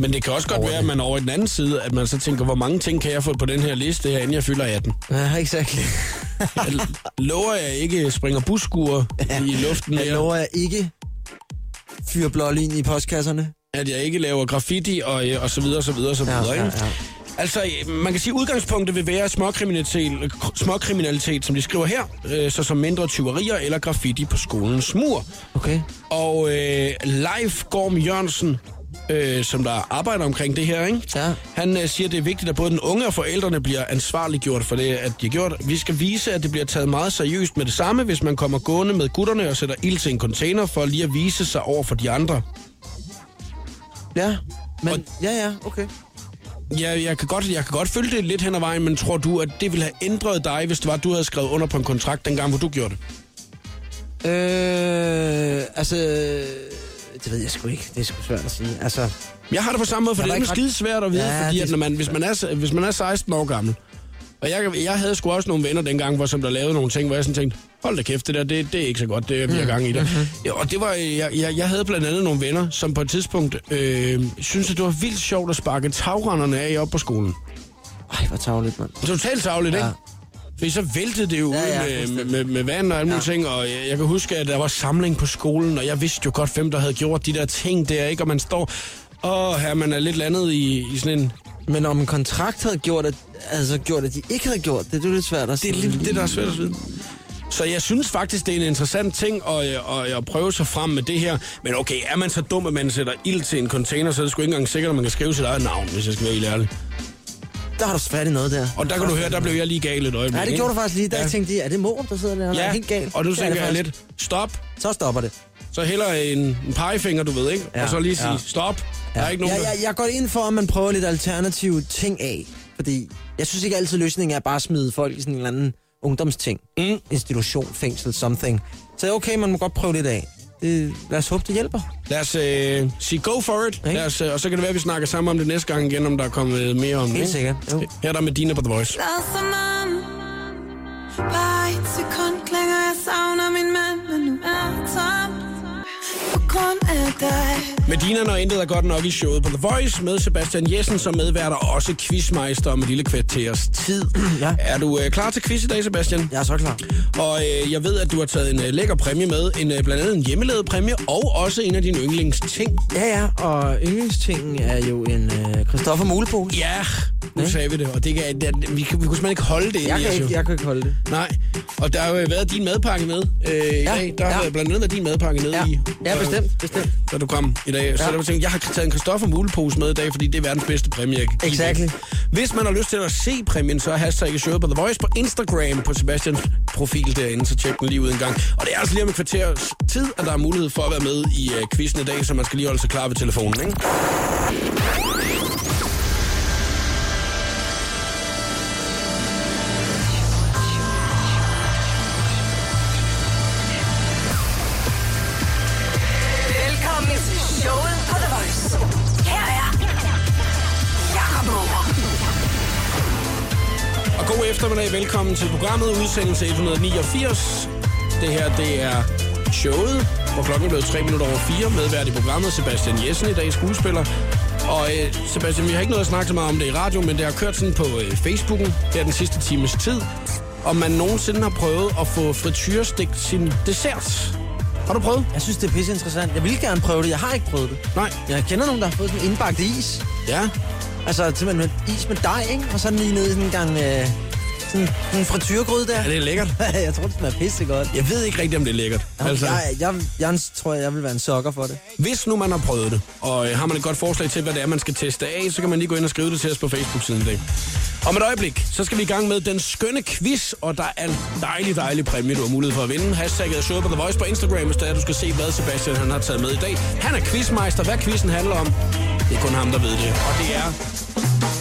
Speaker 1: Men det kan også godt være, at man er over i den anden side, at man så tænker, hvor mange ting kan jeg få på den her liste her, inden jeg fylder 18?
Speaker 2: Ja, exakt.
Speaker 1: Jeg lover jeg ikke springer busskuer
Speaker 2: (laughs)
Speaker 1: i luften
Speaker 2: Jeg
Speaker 1: mere,
Speaker 2: lover jeg ikke fyre blålin i postkasserne.
Speaker 1: at jeg ikke laver graffiti og, øh, og så videre, så videre, så videre.
Speaker 2: ja,
Speaker 1: ikke?
Speaker 2: ja.
Speaker 1: Altså, man kan sige, at udgangspunktet vil være småkriminalitet, småkriminalitet som de skriver her, øh, såsom mindre tyverier eller graffiti på skolens mur.
Speaker 2: Okay.
Speaker 1: Og øh, Leif Gorm Jørgensen, øh, som der arbejder omkring det her, ikke?
Speaker 2: Ja.
Speaker 1: han øh, siger, at det er vigtigt, at både den unge og forældrene bliver ansvarliggjort for det, at de har gjort. Vi skal vise, at det bliver taget meget seriøst med det samme, hvis man kommer gående med gutterne og sætter ild til en container for lige at vise sig over for de andre.
Speaker 2: Ja, men,
Speaker 1: Og-
Speaker 2: ja, ja, okay.
Speaker 1: Ja, jeg kan, godt, jeg kan godt følge det lidt hen ad vejen, men tror du, at det ville have ændret dig, hvis det var, at du havde skrevet under på en kontrakt dengang, hvor du gjorde det?
Speaker 2: Øh, altså, det ved jeg sgu ikke. Det er sgu svært at sige. Altså,
Speaker 1: Jeg har det på samme måde, for
Speaker 2: Der
Speaker 1: det
Speaker 2: var
Speaker 1: er
Speaker 2: ikke
Speaker 1: skide svært at vide,
Speaker 2: Ja,
Speaker 1: ja, fordi
Speaker 2: det er
Speaker 1: at når man, hvis, man er, hvis man er 16 år gammel, og jeg, jeg havde sgu også nogle venner dengang, hvor som der lavede nogle ting, hvor jeg sådan tænkte, hold da kæft, det der, det, det er ikke så godt, det vi har gang i der.
Speaker 2: Mm-hmm.
Speaker 1: Ja, og det var, øh, jeg, jeg, jeg havde blandt andet nogle venner, som på et tidspunkt øh, syntes, at det var vildt sjovt at sparke tagrenderne af op på skolen.
Speaker 2: ej, hvor tavligt, mand.
Speaker 1: Totalt savligt, ikke?
Speaker 2: Ja.
Speaker 1: Fordi så væltede det jo
Speaker 2: Ja, ja,
Speaker 1: ja, ja, ud med,
Speaker 2: fuldstændig.
Speaker 1: med, med vand og alle mulige ja. ting, og jeg, jeg kan huske, at der var samling på skolen, og jeg vidste jo godt, hvem der havde gjort de der ting der, ikke? Og man står, og her man er lidt landet i, i sådan en...
Speaker 2: Men om en kontrakt havde gjort, at, altså gjort, at de ikke havde gjort det, det er jo lidt svært at
Speaker 1: Det
Speaker 2: sige.
Speaker 1: er lidt det, der er svært at vide. Så jeg synes faktisk, det er en interessant ting at, øh, at, at prøve sig frem med det her. Men okay, er man så dum, at man sætter ild til en container, så er det sgu ikke engang sikkert, at man kan skrive sit eget navn, hvis jeg skal være helt ærlig.
Speaker 2: Der har du fat i noget der.
Speaker 1: Og der kan du høre, der blev jeg lige gal et øjeblik.
Speaker 2: Ja, det
Speaker 1: ikke?
Speaker 2: gjorde du faktisk lige. Der
Speaker 1: Ja.
Speaker 2: ja. tænkte jeg, er det mor, der sidder der? Han er
Speaker 1: Ja,
Speaker 2: helt galt.
Speaker 1: og nu
Speaker 2: Det er det
Speaker 1: tænker jeg
Speaker 2: faktisk.
Speaker 1: lidt, stop,
Speaker 2: Så stopper det.
Speaker 1: Så heller en, en pegefinger, du ved, ikke? Ja,
Speaker 2: Ja,
Speaker 1: og så lige sige,
Speaker 2: ja.
Speaker 1: stop. Ja. Der er ikke
Speaker 2: Ja,
Speaker 1: nogen,
Speaker 2: jeg, jeg går ind for, at man prøver lidt alternative ting af. Fordi jeg synes ikke altid, løsningen er bare at smide folk i sådan en eller anden ungdomsting. Mm. Institution, fængsel, something. Så okay, man må godt prøve lidt af. Det, lad os håbe, det hjælper.
Speaker 1: der- Lad os øh, sige go for it,
Speaker 2: Ikke?
Speaker 1: Lad os, øh, og så kan det være, at vi snakker sammen om det næste gang igen, om der er kommet mere om det.
Speaker 2: Helt
Speaker 1: ikke?
Speaker 2: sikkert. Jo.
Speaker 1: Her er der med Dina på The Voice.
Speaker 4: Der er så mange Bare et sekund klinger Jeg savner min mand Men nu er jeg tom På grund af dig
Speaker 1: Medina, når intet er godt nok i showet på The Voice, med Sebastian Jessen som medværter, og også quizmeister om et lille kvarters tid.
Speaker 2: (clears throat) Ja.
Speaker 1: Er du øh, klar til quiz i dag, Sebastian?
Speaker 2: Jeg er så klar.
Speaker 1: Og øh, jeg ved, at du har taget en øh, lækker præmie med, en, øh, blandt andet en hjemmelavet præmie, og også en af dine yndlingsting.
Speaker 2: Ja, ja, og yndlingstingen er jo en øh, Christoffer Molebo.
Speaker 1: Ja, nu sagde vi det, og det kan, det, vi, kan, vi kunne simpelthen ikke holde det.
Speaker 2: Jeg
Speaker 1: i
Speaker 2: kan,
Speaker 1: os, jo.
Speaker 2: ikke, jeg kan ikke holde det.
Speaker 1: Nej, og der har jo været din madpakke med øh, i
Speaker 2: Ja,
Speaker 1: dag. Der har
Speaker 2: ja.
Speaker 1: ja. blandt andet været din madpakke nede
Speaker 2: Ja,
Speaker 1: i.
Speaker 2: ja
Speaker 1: øh,
Speaker 2: bestemt, bestemt.
Speaker 1: Da du kom i dag. Så
Speaker 2: Ja.
Speaker 1: der var tænkt, jeg har taget en Christoffer Mulepose med i dag, fordi det er verdens bedste præmie, jeg kan give
Speaker 2: Exactly.
Speaker 1: væk. Hvis man har lyst til at se præmien, så er hashtag showet på The Voice på Instagram på Sebastians profil derinde, så tjek den lige ud en gang. Og det er altså lige om et kvarters tid, at der er mulighed for at være med i øh, quizzen i dag, så man skal lige holde sig klar ved telefonen, ikke?
Speaker 4: Velkommen til showet på The Voice Her er Jakob Morup
Speaker 1: Og god eftermiddag. Velkommen til programmet, udsendelse 189. Det her, det er showet, hvor klokken er blevet 3 minutter over 4. Medvært i programmet Sebastian Jessen i dag, skuespiller. Og øh, Sebastian, vi har ikke noget at snakke så meget om det i radio, men det har kørt sådan på øh, Facebooken her den sidste times tid, om man nogensinde har prøvet at få frityrestegt sin dessert. Har du prøvet?
Speaker 2: Jeg synes, det er pisse interessant. Jeg vil gerne prøve det. Jeg har ikke prøvet det.
Speaker 1: Nej.
Speaker 2: Jeg kender nogen, der har fået sådan en indbagt is.
Speaker 1: Ja.
Speaker 2: Altså simpelthen med is med dej, ikke? Og sådan lige ned i sådan en gang... Øh, sådan en frityrgryde der.
Speaker 1: Ja, det er lækkert.
Speaker 2: (laughs) jeg tror, det smager pissegodt.
Speaker 1: Jeg ved ikke rigtigt, om det er lækkert.
Speaker 2: Altså. Jeg, jeg, jeg, tror, jeg vil være en sokker for det.
Speaker 1: Hvis nu man har prøvet det, og øh, har man et godt forslag til, hvad det er, man skal teste af, så kan man lige gå ind og skrive det til os på Facebook-siden i dag. Om et øjeblik, så skal vi i gang med den skønne quiz, og der er en dejlig, dejlig præmie, du har mulighed for at vinde. Hashtagget er showet på The Voice på Instagram, hvis der er, du skal se, hvad Sebastian han har taget med i dag. Han er quizmeister. Hvad quizzen handler om, det er kun ham, der ved det. Og det er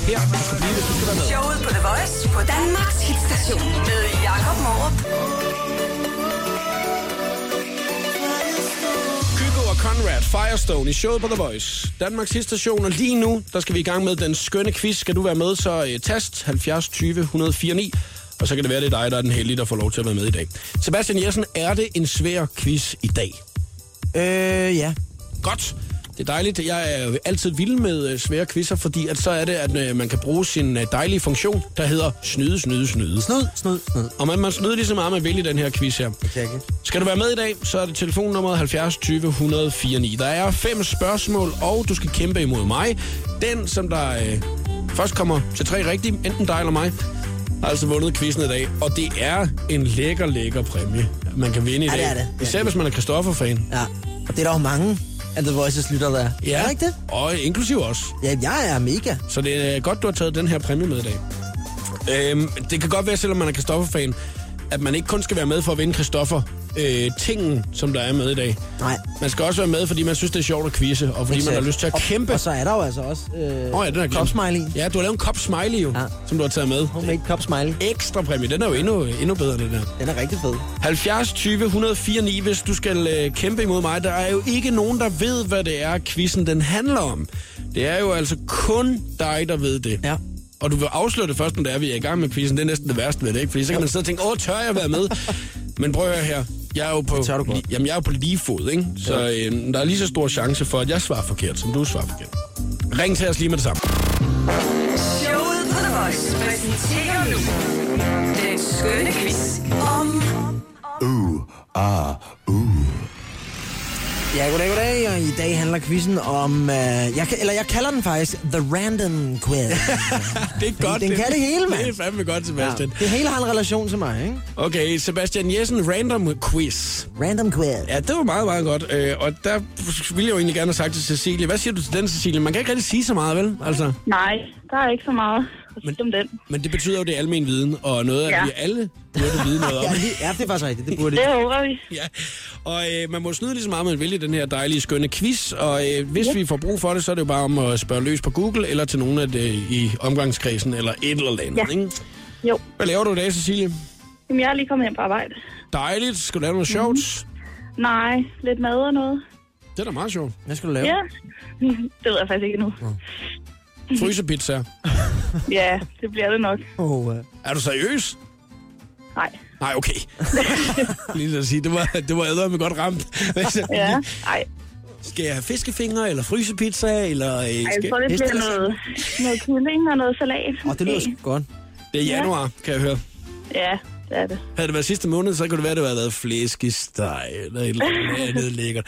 Speaker 1: her, du skal blive, hvis du skal være med.
Speaker 4: Showet på The Voice på Danmarks hitstation Med Jakob Morup
Speaker 1: Kygo og Conrad Firestone i showet på The Voice. Danmarks station, og lige nu, der skal vi i gang med den skønne quiz. Skal du være med, så øh, tast 70 20 104 9, og så kan det være, det er dig, der er den heldige, der får lov til at være med i dag. Sebastian Jensen, er det en svær quiz i dag?
Speaker 2: Øh, ja.
Speaker 1: Godt. Det er dejligt. Jeg er jo altid vild med øh, svære quizzer, fordi at så er det, at øh, man kan bruge sin øh, dejlige funktion, der hedder snyde, snyde, snyde.
Speaker 2: Snud, snud, snud.
Speaker 1: Og man, man snyder ligesom lige så meget, man vil i den her quiz her.
Speaker 2: kan jeg ikke.
Speaker 1: Skal du være med i dag, så er det telefonnummeret 70 20 149. Der er fem spørgsmål, og du skal kæmpe imod mig. Den, som der øh, først kommer til tre rigtige, enten dig eller mig, har altså vundet quizzen i dag. Og det er en lækker, lækker præmie, man kan vinde i
Speaker 2: Ja,
Speaker 1: dag.
Speaker 2: det er det. Ja.
Speaker 1: Især hvis man er Christoffer-fan.
Speaker 2: Ja. Og det er der jo mange af The Voices lytter, der er. Er der ikke det?
Speaker 1: og inklusiv os.
Speaker 2: Ja, jeg er mega.
Speaker 1: Så det er godt, du har taget den her præmie med i dag. Øhm, det kan godt være, selvom man er Christoffer-fan, at man ikke kun skal være med for at vinde Christoffer øh, tingen, som der er med i dag.
Speaker 2: Nej.
Speaker 1: Man skal også være med, fordi man synes, det er sjovt at quizze, og fordi man har lyst til at
Speaker 2: og,
Speaker 1: kæmpe.
Speaker 2: Og så er der jo altså også
Speaker 1: Åh,
Speaker 2: øh,
Speaker 1: ja, den har jeg
Speaker 2: Cop
Speaker 1: glemt.
Speaker 2: Smiley.
Speaker 1: Ja, du har lavet en kop smiley jo, ja.
Speaker 2: Ja.
Speaker 1: som du har taget med.
Speaker 2: Homemade Cop Smiley.
Speaker 1: Ekstra præmie, den er jo endnu, endnu bedre, den der.
Speaker 2: Den er rigtig fed.
Speaker 1: 70 20 104 9, hvis du skal øh, kæmpe imod mig. Der er jo ikke nogen, der ved, hvad det er, quizzen den handler om. Det er jo altså kun dig, der ved det.
Speaker 2: Ja.
Speaker 1: Og du vil afsløre det først, når det er, vi er i gang med quizzen. Det er næsten det værste ved det, ikke? Fordi så kan man sidde og tænke, åh, tør jeg være
Speaker 2: (laughs)
Speaker 1: med? Men prøv at høre her. Jeg er jo på,
Speaker 2: tør du godt.
Speaker 1: li- jamen, jeg er jo på lige fod, ikke? Så øh, der er lige så stor chance for, at jeg svarer forkert, som du svarer forkert. Ring til os lige med det samme.
Speaker 4: Showet på The Voice præsenterer nu den skønne quiz om...
Speaker 2: Ja, goddag, goddag. Og i dag handler quizzen om... Øh, jeg, kan- eller jeg kalder den faktisk The Random Quiz.
Speaker 1: (laughs) Det er godt.
Speaker 2: den kan det hele, mand.
Speaker 1: (laughs) Det er fandme godt,
Speaker 2: ja.
Speaker 1: Sebastian.
Speaker 2: Det hele har en relation til mig, ikke?
Speaker 1: Okay, Sebastian Jessen, random quiz.
Speaker 2: Random Quiz.
Speaker 1: Ja, det var meget, meget godt. Øh, og der ville jeg jo egentlig gerne have sagt til Cecilie. Hvad siger du til den, Cecilie? Man kan ikke rigtig sige så meget, vel? Altså,
Speaker 9: Nej, der er ikke så meget at sige
Speaker 1: Men-
Speaker 9: om den.
Speaker 1: men det betyder jo, det er almen viden, og noget, at
Speaker 9: Ja.
Speaker 1: vi alle burde vide noget om. (laughs)
Speaker 2: Ja, det, ja, det er faktisk rigtigt. Det burde
Speaker 9: Det
Speaker 2: det.
Speaker 9: håber vi.
Speaker 1: Ja, og øh, man må snyde lige så meget, man vil i den her dejlige, skønne quiz. Og øh, hvis vi får brug for det, så er det jo bare om at spørge løs på Google, eller til nogen af det, i omgangskredsen, eller et eller andet.
Speaker 9: Ja.
Speaker 1: Ikke?
Speaker 9: Jo,
Speaker 1: Hvad laver du i dag, Cecilie?
Speaker 9: Jamen, jeg er lige kommet hjem på arbejde.
Speaker 1: Dejligt. Skal du lave noget sjovt?
Speaker 9: Mhm.
Speaker 1: Mm-hmm.
Speaker 9: Nej, lidt mad og noget.
Speaker 1: Det er da meget sjovt.
Speaker 2: Hvad skal du lave?
Speaker 9: Ja, (laughs) det ved jeg faktisk ikke endnu.
Speaker 1: Frysepizza.
Speaker 9: Ja, det bliver det nok.
Speaker 2: Oh, uh,
Speaker 1: Er du seriøs?
Speaker 9: Nej,
Speaker 1: Nej, okay. (laughs) lige at sige, det var, det var ædre med godt ramt. Hvad så?
Speaker 9: ja, nej.
Speaker 1: Skal jeg have fiskefingre, eller frysepizza, eller... Øh,
Speaker 9: Ej,
Speaker 1: skal...
Speaker 9: jeg tror, det bliver noget, noget kylling og noget salat.
Speaker 2: og det lyder
Speaker 9: måske.
Speaker 2: sgu godt.
Speaker 1: Det er januar, kan jeg høre.
Speaker 9: Ja, det er det.
Speaker 1: Havde det været sidste måned, så kunne det være, at det havde været flæskesteg, eller et eller andet andet lækkert.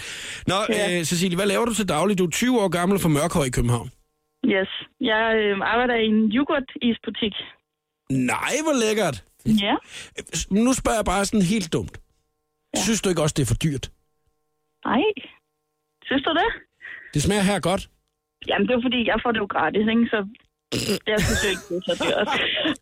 Speaker 1: Nå,
Speaker 9: (laughs) Ja.
Speaker 1: øh, Cecilie, hvad laver du til daglig? Du er 20 år gammel og fra Mørkhøj i København.
Speaker 9: Yes, jeg øh, arbejder i en yoghurt-isbutik.
Speaker 1: Nej, hvor lækkert.
Speaker 9: Ja,
Speaker 1: Øh, Nu spørger jeg bare sådan helt dumt. Ja. Synes du ikke også, det er for dyrt?
Speaker 9: nej. Synes du det?
Speaker 1: Det smager her godt.
Speaker 9: Jamen, det er fordi, jeg får det jo gratis, ikke? Så jeg synes jo ikke, det er så dyrt.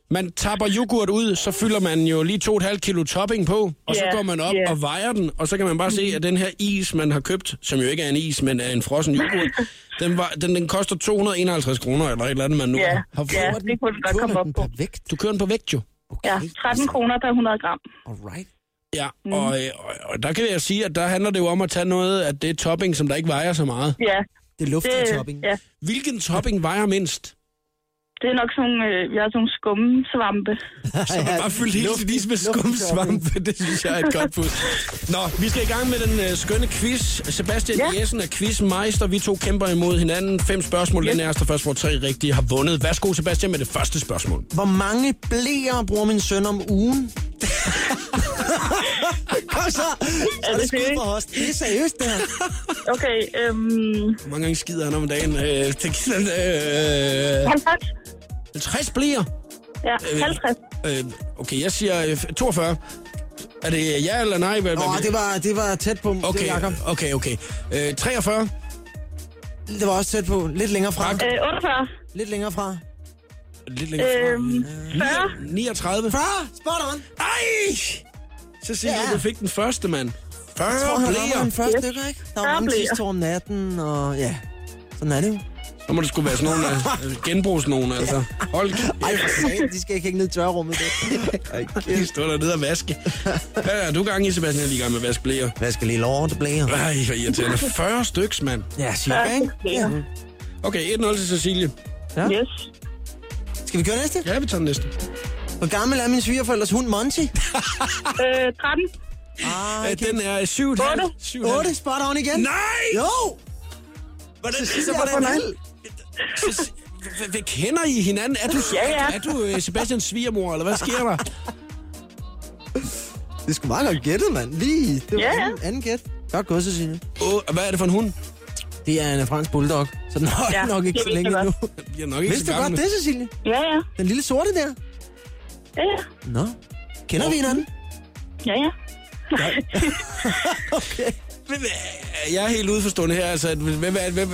Speaker 1: Man tapper yoghurt ud, så fylder man jo lige 2,5 kilo topping på, og så
Speaker 9: Ja,
Speaker 1: går man op
Speaker 9: ja.
Speaker 1: og vejer den, og så kan man bare se, at den her is, man har købt, som jo ikke er en is, men er en frossen
Speaker 9: (laughs)
Speaker 1: yoghurt, den, var, den, den koster 251 kroner, eller et eller andet, man nu
Speaker 9: Ja,
Speaker 1: har fået.
Speaker 9: ja
Speaker 1: Ja.
Speaker 9: det kunne den godt komme op på.
Speaker 2: Perfekt.
Speaker 1: Du kører den på vægt, jo.
Speaker 9: Ja, 13 kroner per 100 gram.
Speaker 2: Alright.
Speaker 1: Ja, mm. og, øh, og, og der kan jeg sige, at der handler det jo om at tage noget af det topping, som der ikke vejer så meget.
Speaker 9: Ja,
Speaker 2: Det er
Speaker 9: det,
Speaker 2: luftet topping.
Speaker 9: ja,
Speaker 1: Hvilken topping vejer mindst?
Speaker 9: det er nok sådan nogle, øh, vi har sådan nogle skumme svampe.
Speaker 1: Så man bare fyldt hele sin is med
Speaker 2: lufttopping.
Speaker 1: skumsvampe. (laughs) Det synes jeg er et godt bud. Nå, vi skal i gang med den øh, skønne quiz. Sebastian ja.
Speaker 9: Ja.
Speaker 1: Jessen er quizmeister. Vi to kæmper imod hinanden. Fem spørgsmål. Den er der først får tre rigtige har vundet. Værsgo, Sebastian, med det første spørgsmål.
Speaker 2: Hvor mange blæer bruger min søn om
Speaker 9: (laughs)
Speaker 2: ugen? Kom så! Så er det skud på host. Det er seriøst, det her.
Speaker 9: Okay, øhm,
Speaker 1: Hvor mange gange skider han om dagen? Øh, det gider han, øh,
Speaker 9: 50.
Speaker 1: 50 bliver.
Speaker 9: Ja,
Speaker 1: Øh,
Speaker 9: 50.
Speaker 1: Øh, okay, jeg siger øh, 42. Er det ja eller nej? Hvad,
Speaker 2: Nå,
Speaker 1: hvad-
Speaker 2: det var, det var tæt på, okay.
Speaker 1: Okay,
Speaker 2: Jacob.
Speaker 1: okay, okay. Øh, 43.
Speaker 2: Det var også tæt på. Lidt længere fra.
Speaker 9: Øh, 48.
Speaker 2: Lidt længere fra.
Speaker 1: Lidt længere Øh,
Speaker 9: Øhm,
Speaker 1: fra.
Speaker 9: 40.
Speaker 1: 39.
Speaker 2: Fra! Ah, Spot on!
Speaker 1: Ej! Så siger jeg,
Speaker 2: Ja.
Speaker 1: du fik den første, mand. 40
Speaker 2: Jeg tror, han rammer den
Speaker 1: blæer.
Speaker 2: første stykker, ikke? Der var
Speaker 9: Der
Speaker 2: mange
Speaker 9: blev jeg.
Speaker 2: sidste om natten, og ja. Sådan er det jo.
Speaker 1: Så må det skulle være sådan nogle (laughs) øh, genbrugs nogen, altså. Hold
Speaker 2: Ej,
Speaker 1: kæft.
Speaker 2: for satan, de skal ikke hænge ned i tørrummet.
Speaker 1: Jeg står dernede og vaske. Hvad er du gang i, Sebastian? Jeg er lige i gang med at vaske blæer.
Speaker 2: Hvad skal lige lov, det blæer?
Speaker 1: Ej, hvor (laughs) irriterende. 40 styks, mand.
Speaker 2: Ja, cirka, ikke? Ja.
Speaker 1: Okay, 1-0 til Cecilie.
Speaker 9: Yes.
Speaker 2: Skal vi køre næste?
Speaker 1: Ja, vi tager den næste.
Speaker 2: Hvor gammel er min svigerforældres hund, Monty?
Speaker 9: Øh, 13.
Speaker 2: Ah,
Speaker 1: Okay.
Speaker 2: okay.
Speaker 1: Den er 7,5.
Speaker 9: Otte.
Speaker 2: 8, spot on igen.
Speaker 1: Nej!
Speaker 2: Jo!
Speaker 1: Hvordan,
Speaker 2: Så var det valg.
Speaker 1: Så- Hvad hvad kender I hinanden? Er du,
Speaker 9: Ja, ja.
Speaker 1: er du øh, Sebastians svigermor, eller hvad sker der?
Speaker 2: Det skulle meget godt gættet, mand. Lige. Det var
Speaker 9: Ja, ja.
Speaker 2: anden, anden gæt. Godt gået, Cecilie.
Speaker 1: Oh, hvad er det for en hund?
Speaker 2: Det er en fransk bulldog, så den holder
Speaker 9: Ja,
Speaker 2: ja, nok ikke
Speaker 9: det
Speaker 2: så
Speaker 9: vidste
Speaker 2: længe
Speaker 9: jeg
Speaker 2: endnu.
Speaker 1: Jeg er nok ikke
Speaker 2: Vidste
Speaker 1: så
Speaker 2: du godt
Speaker 1: gammel.
Speaker 2: det, Cecilie?
Speaker 9: Ja, ja.
Speaker 2: Den lille sorte der?
Speaker 9: Ja, ja.
Speaker 2: Nå. Kender vi hinanden?
Speaker 9: Ja, ja.
Speaker 1: Hvem er- Jeg er helt udeforstående her. Altså, hvem, er- hvem,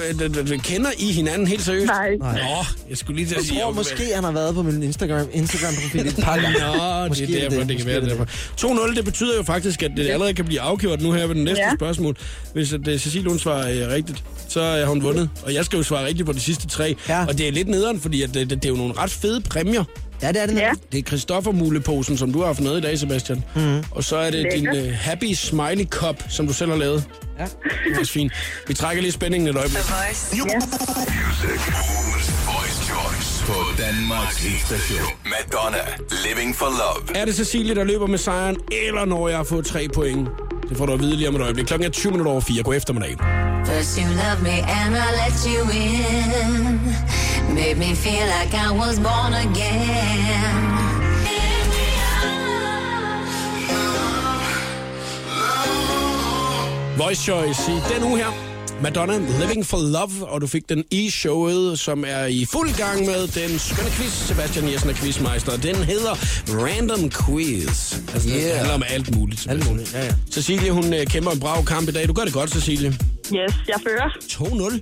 Speaker 1: hvem, kender I hinanden helt seriøst?
Speaker 9: Nej.
Speaker 1: Nej. Nå, jeg skulle lige til at
Speaker 2: Jeg
Speaker 1: sige...
Speaker 2: tror
Speaker 1: okay.
Speaker 2: måske, han har været på min Instagram, Instagram-profil et par gange.
Speaker 1: Nå,
Speaker 2: Måske
Speaker 1: det er derfor, det, det
Speaker 2: måske
Speaker 1: kan være
Speaker 2: er
Speaker 1: derfor. 2-0, det betyder jo faktisk, at det allerede kan blive afgjort nu her ved den næste ja.
Speaker 9: Ja.
Speaker 1: spørgsmål. Hvis at, uh, Cecilie hun svarer uh, rigtigt, så øh, har hun vundet. Og jeg skal jo svare rigtigt på de sidste tre.
Speaker 2: Ja.
Speaker 1: Og det er lidt nederen, fordi at, øh, det, det, det er jo nogle ret fede præmier.
Speaker 2: Ja, det er det.
Speaker 9: Ja.
Speaker 2: nemlig.
Speaker 1: Det er Christoffer Muleposen, som du har haft med i dag, Sebastian.
Speaker 2: Mhm.
Speaker 1: Mm. Og så er det
Speaker 9: Lækker.
Speaker 1: din uh, Happy Smiley Cup, som du selv har lavet. Ja. Det er faktisk fint. Vi trækker lige spændingen et øjeblik.
Speaker 3: The Voice.
Speaker 10: Music Rules Voice Choice på Danmarks hitstation. Madonna, Living for Love.
Speaker 1: Er det Cecilie, der løber med sejren, eller når jeg har fået tre point? Det får du at vide lige om et øjeblik. Klokken er 20 minutter over 4. God eftermiddag.
Speaker 5: First you loved me and I let you in. Made me feel like I was born again.
Speaker 1: Voice Choice i den uge her. Madonna, Living for Love, og du fik den i showet, som er i fuld gang med den skønne quiz, Sebastian Jessen er quizmeister. Den hedder Random Quiz. Altså, yeah. det handler om alt muligt. Sebastian.
Speaker 2: Alt muligt, ja, ja.
Speaker 1: Cecilie, hun øh, kæmper en brav kamp i dag. Du gør det godt, Cecilie.
Speaker 9: Yes, jeg fører.
Speaker 1: 2-0.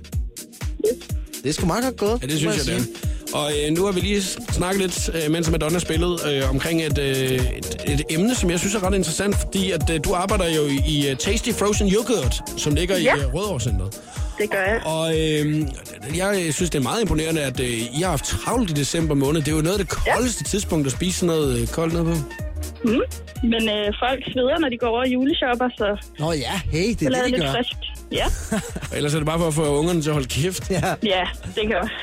Speaker 2: Det er sgu meget godt gået.
Speaker 1: Ja, det synes jeg, det
Speaker 2: det
Speaker 1: er. Og øh, nu har vi lige snakket lidt, øh, mens Madonna spillede, øh, omkring et, øh, et, et emne, som jeg synes er ret interessant, fordi at øh, du arbejder jo i, i øh, Tasty Frozen Yogurt, som ligger ja.
Speaker 9: Ja.
Speaker 1: i øh, Rødovrecenteret.
Speaker 9: Det gør jeg.
Speaker 1: Og øh, jeg synes, det er meget imponerende, at øh, I har haft travlt i december måned. Det er jo noget af det koldeste ja. tidspunkt at spise sådan noget øh, koldt noget på.
Speaker 9: Mm. Men øh, folk sveder, når de går over og juleshopper, så
Speaker 2: Nå ja, hey, det
Speaker 9: jeg
Speaker 2: er
Speaker 9: lader
Speaker 2: det, de
Speaker 9: lidt
Speaker 2: gør.
Speaker 9: frisk. Ja,
Speaker 1: Og ellers er det bare for at få ungerne til at holde kæft.
Speaker 2: (laughs) Ja.
Speaker 9: ja, det kan også.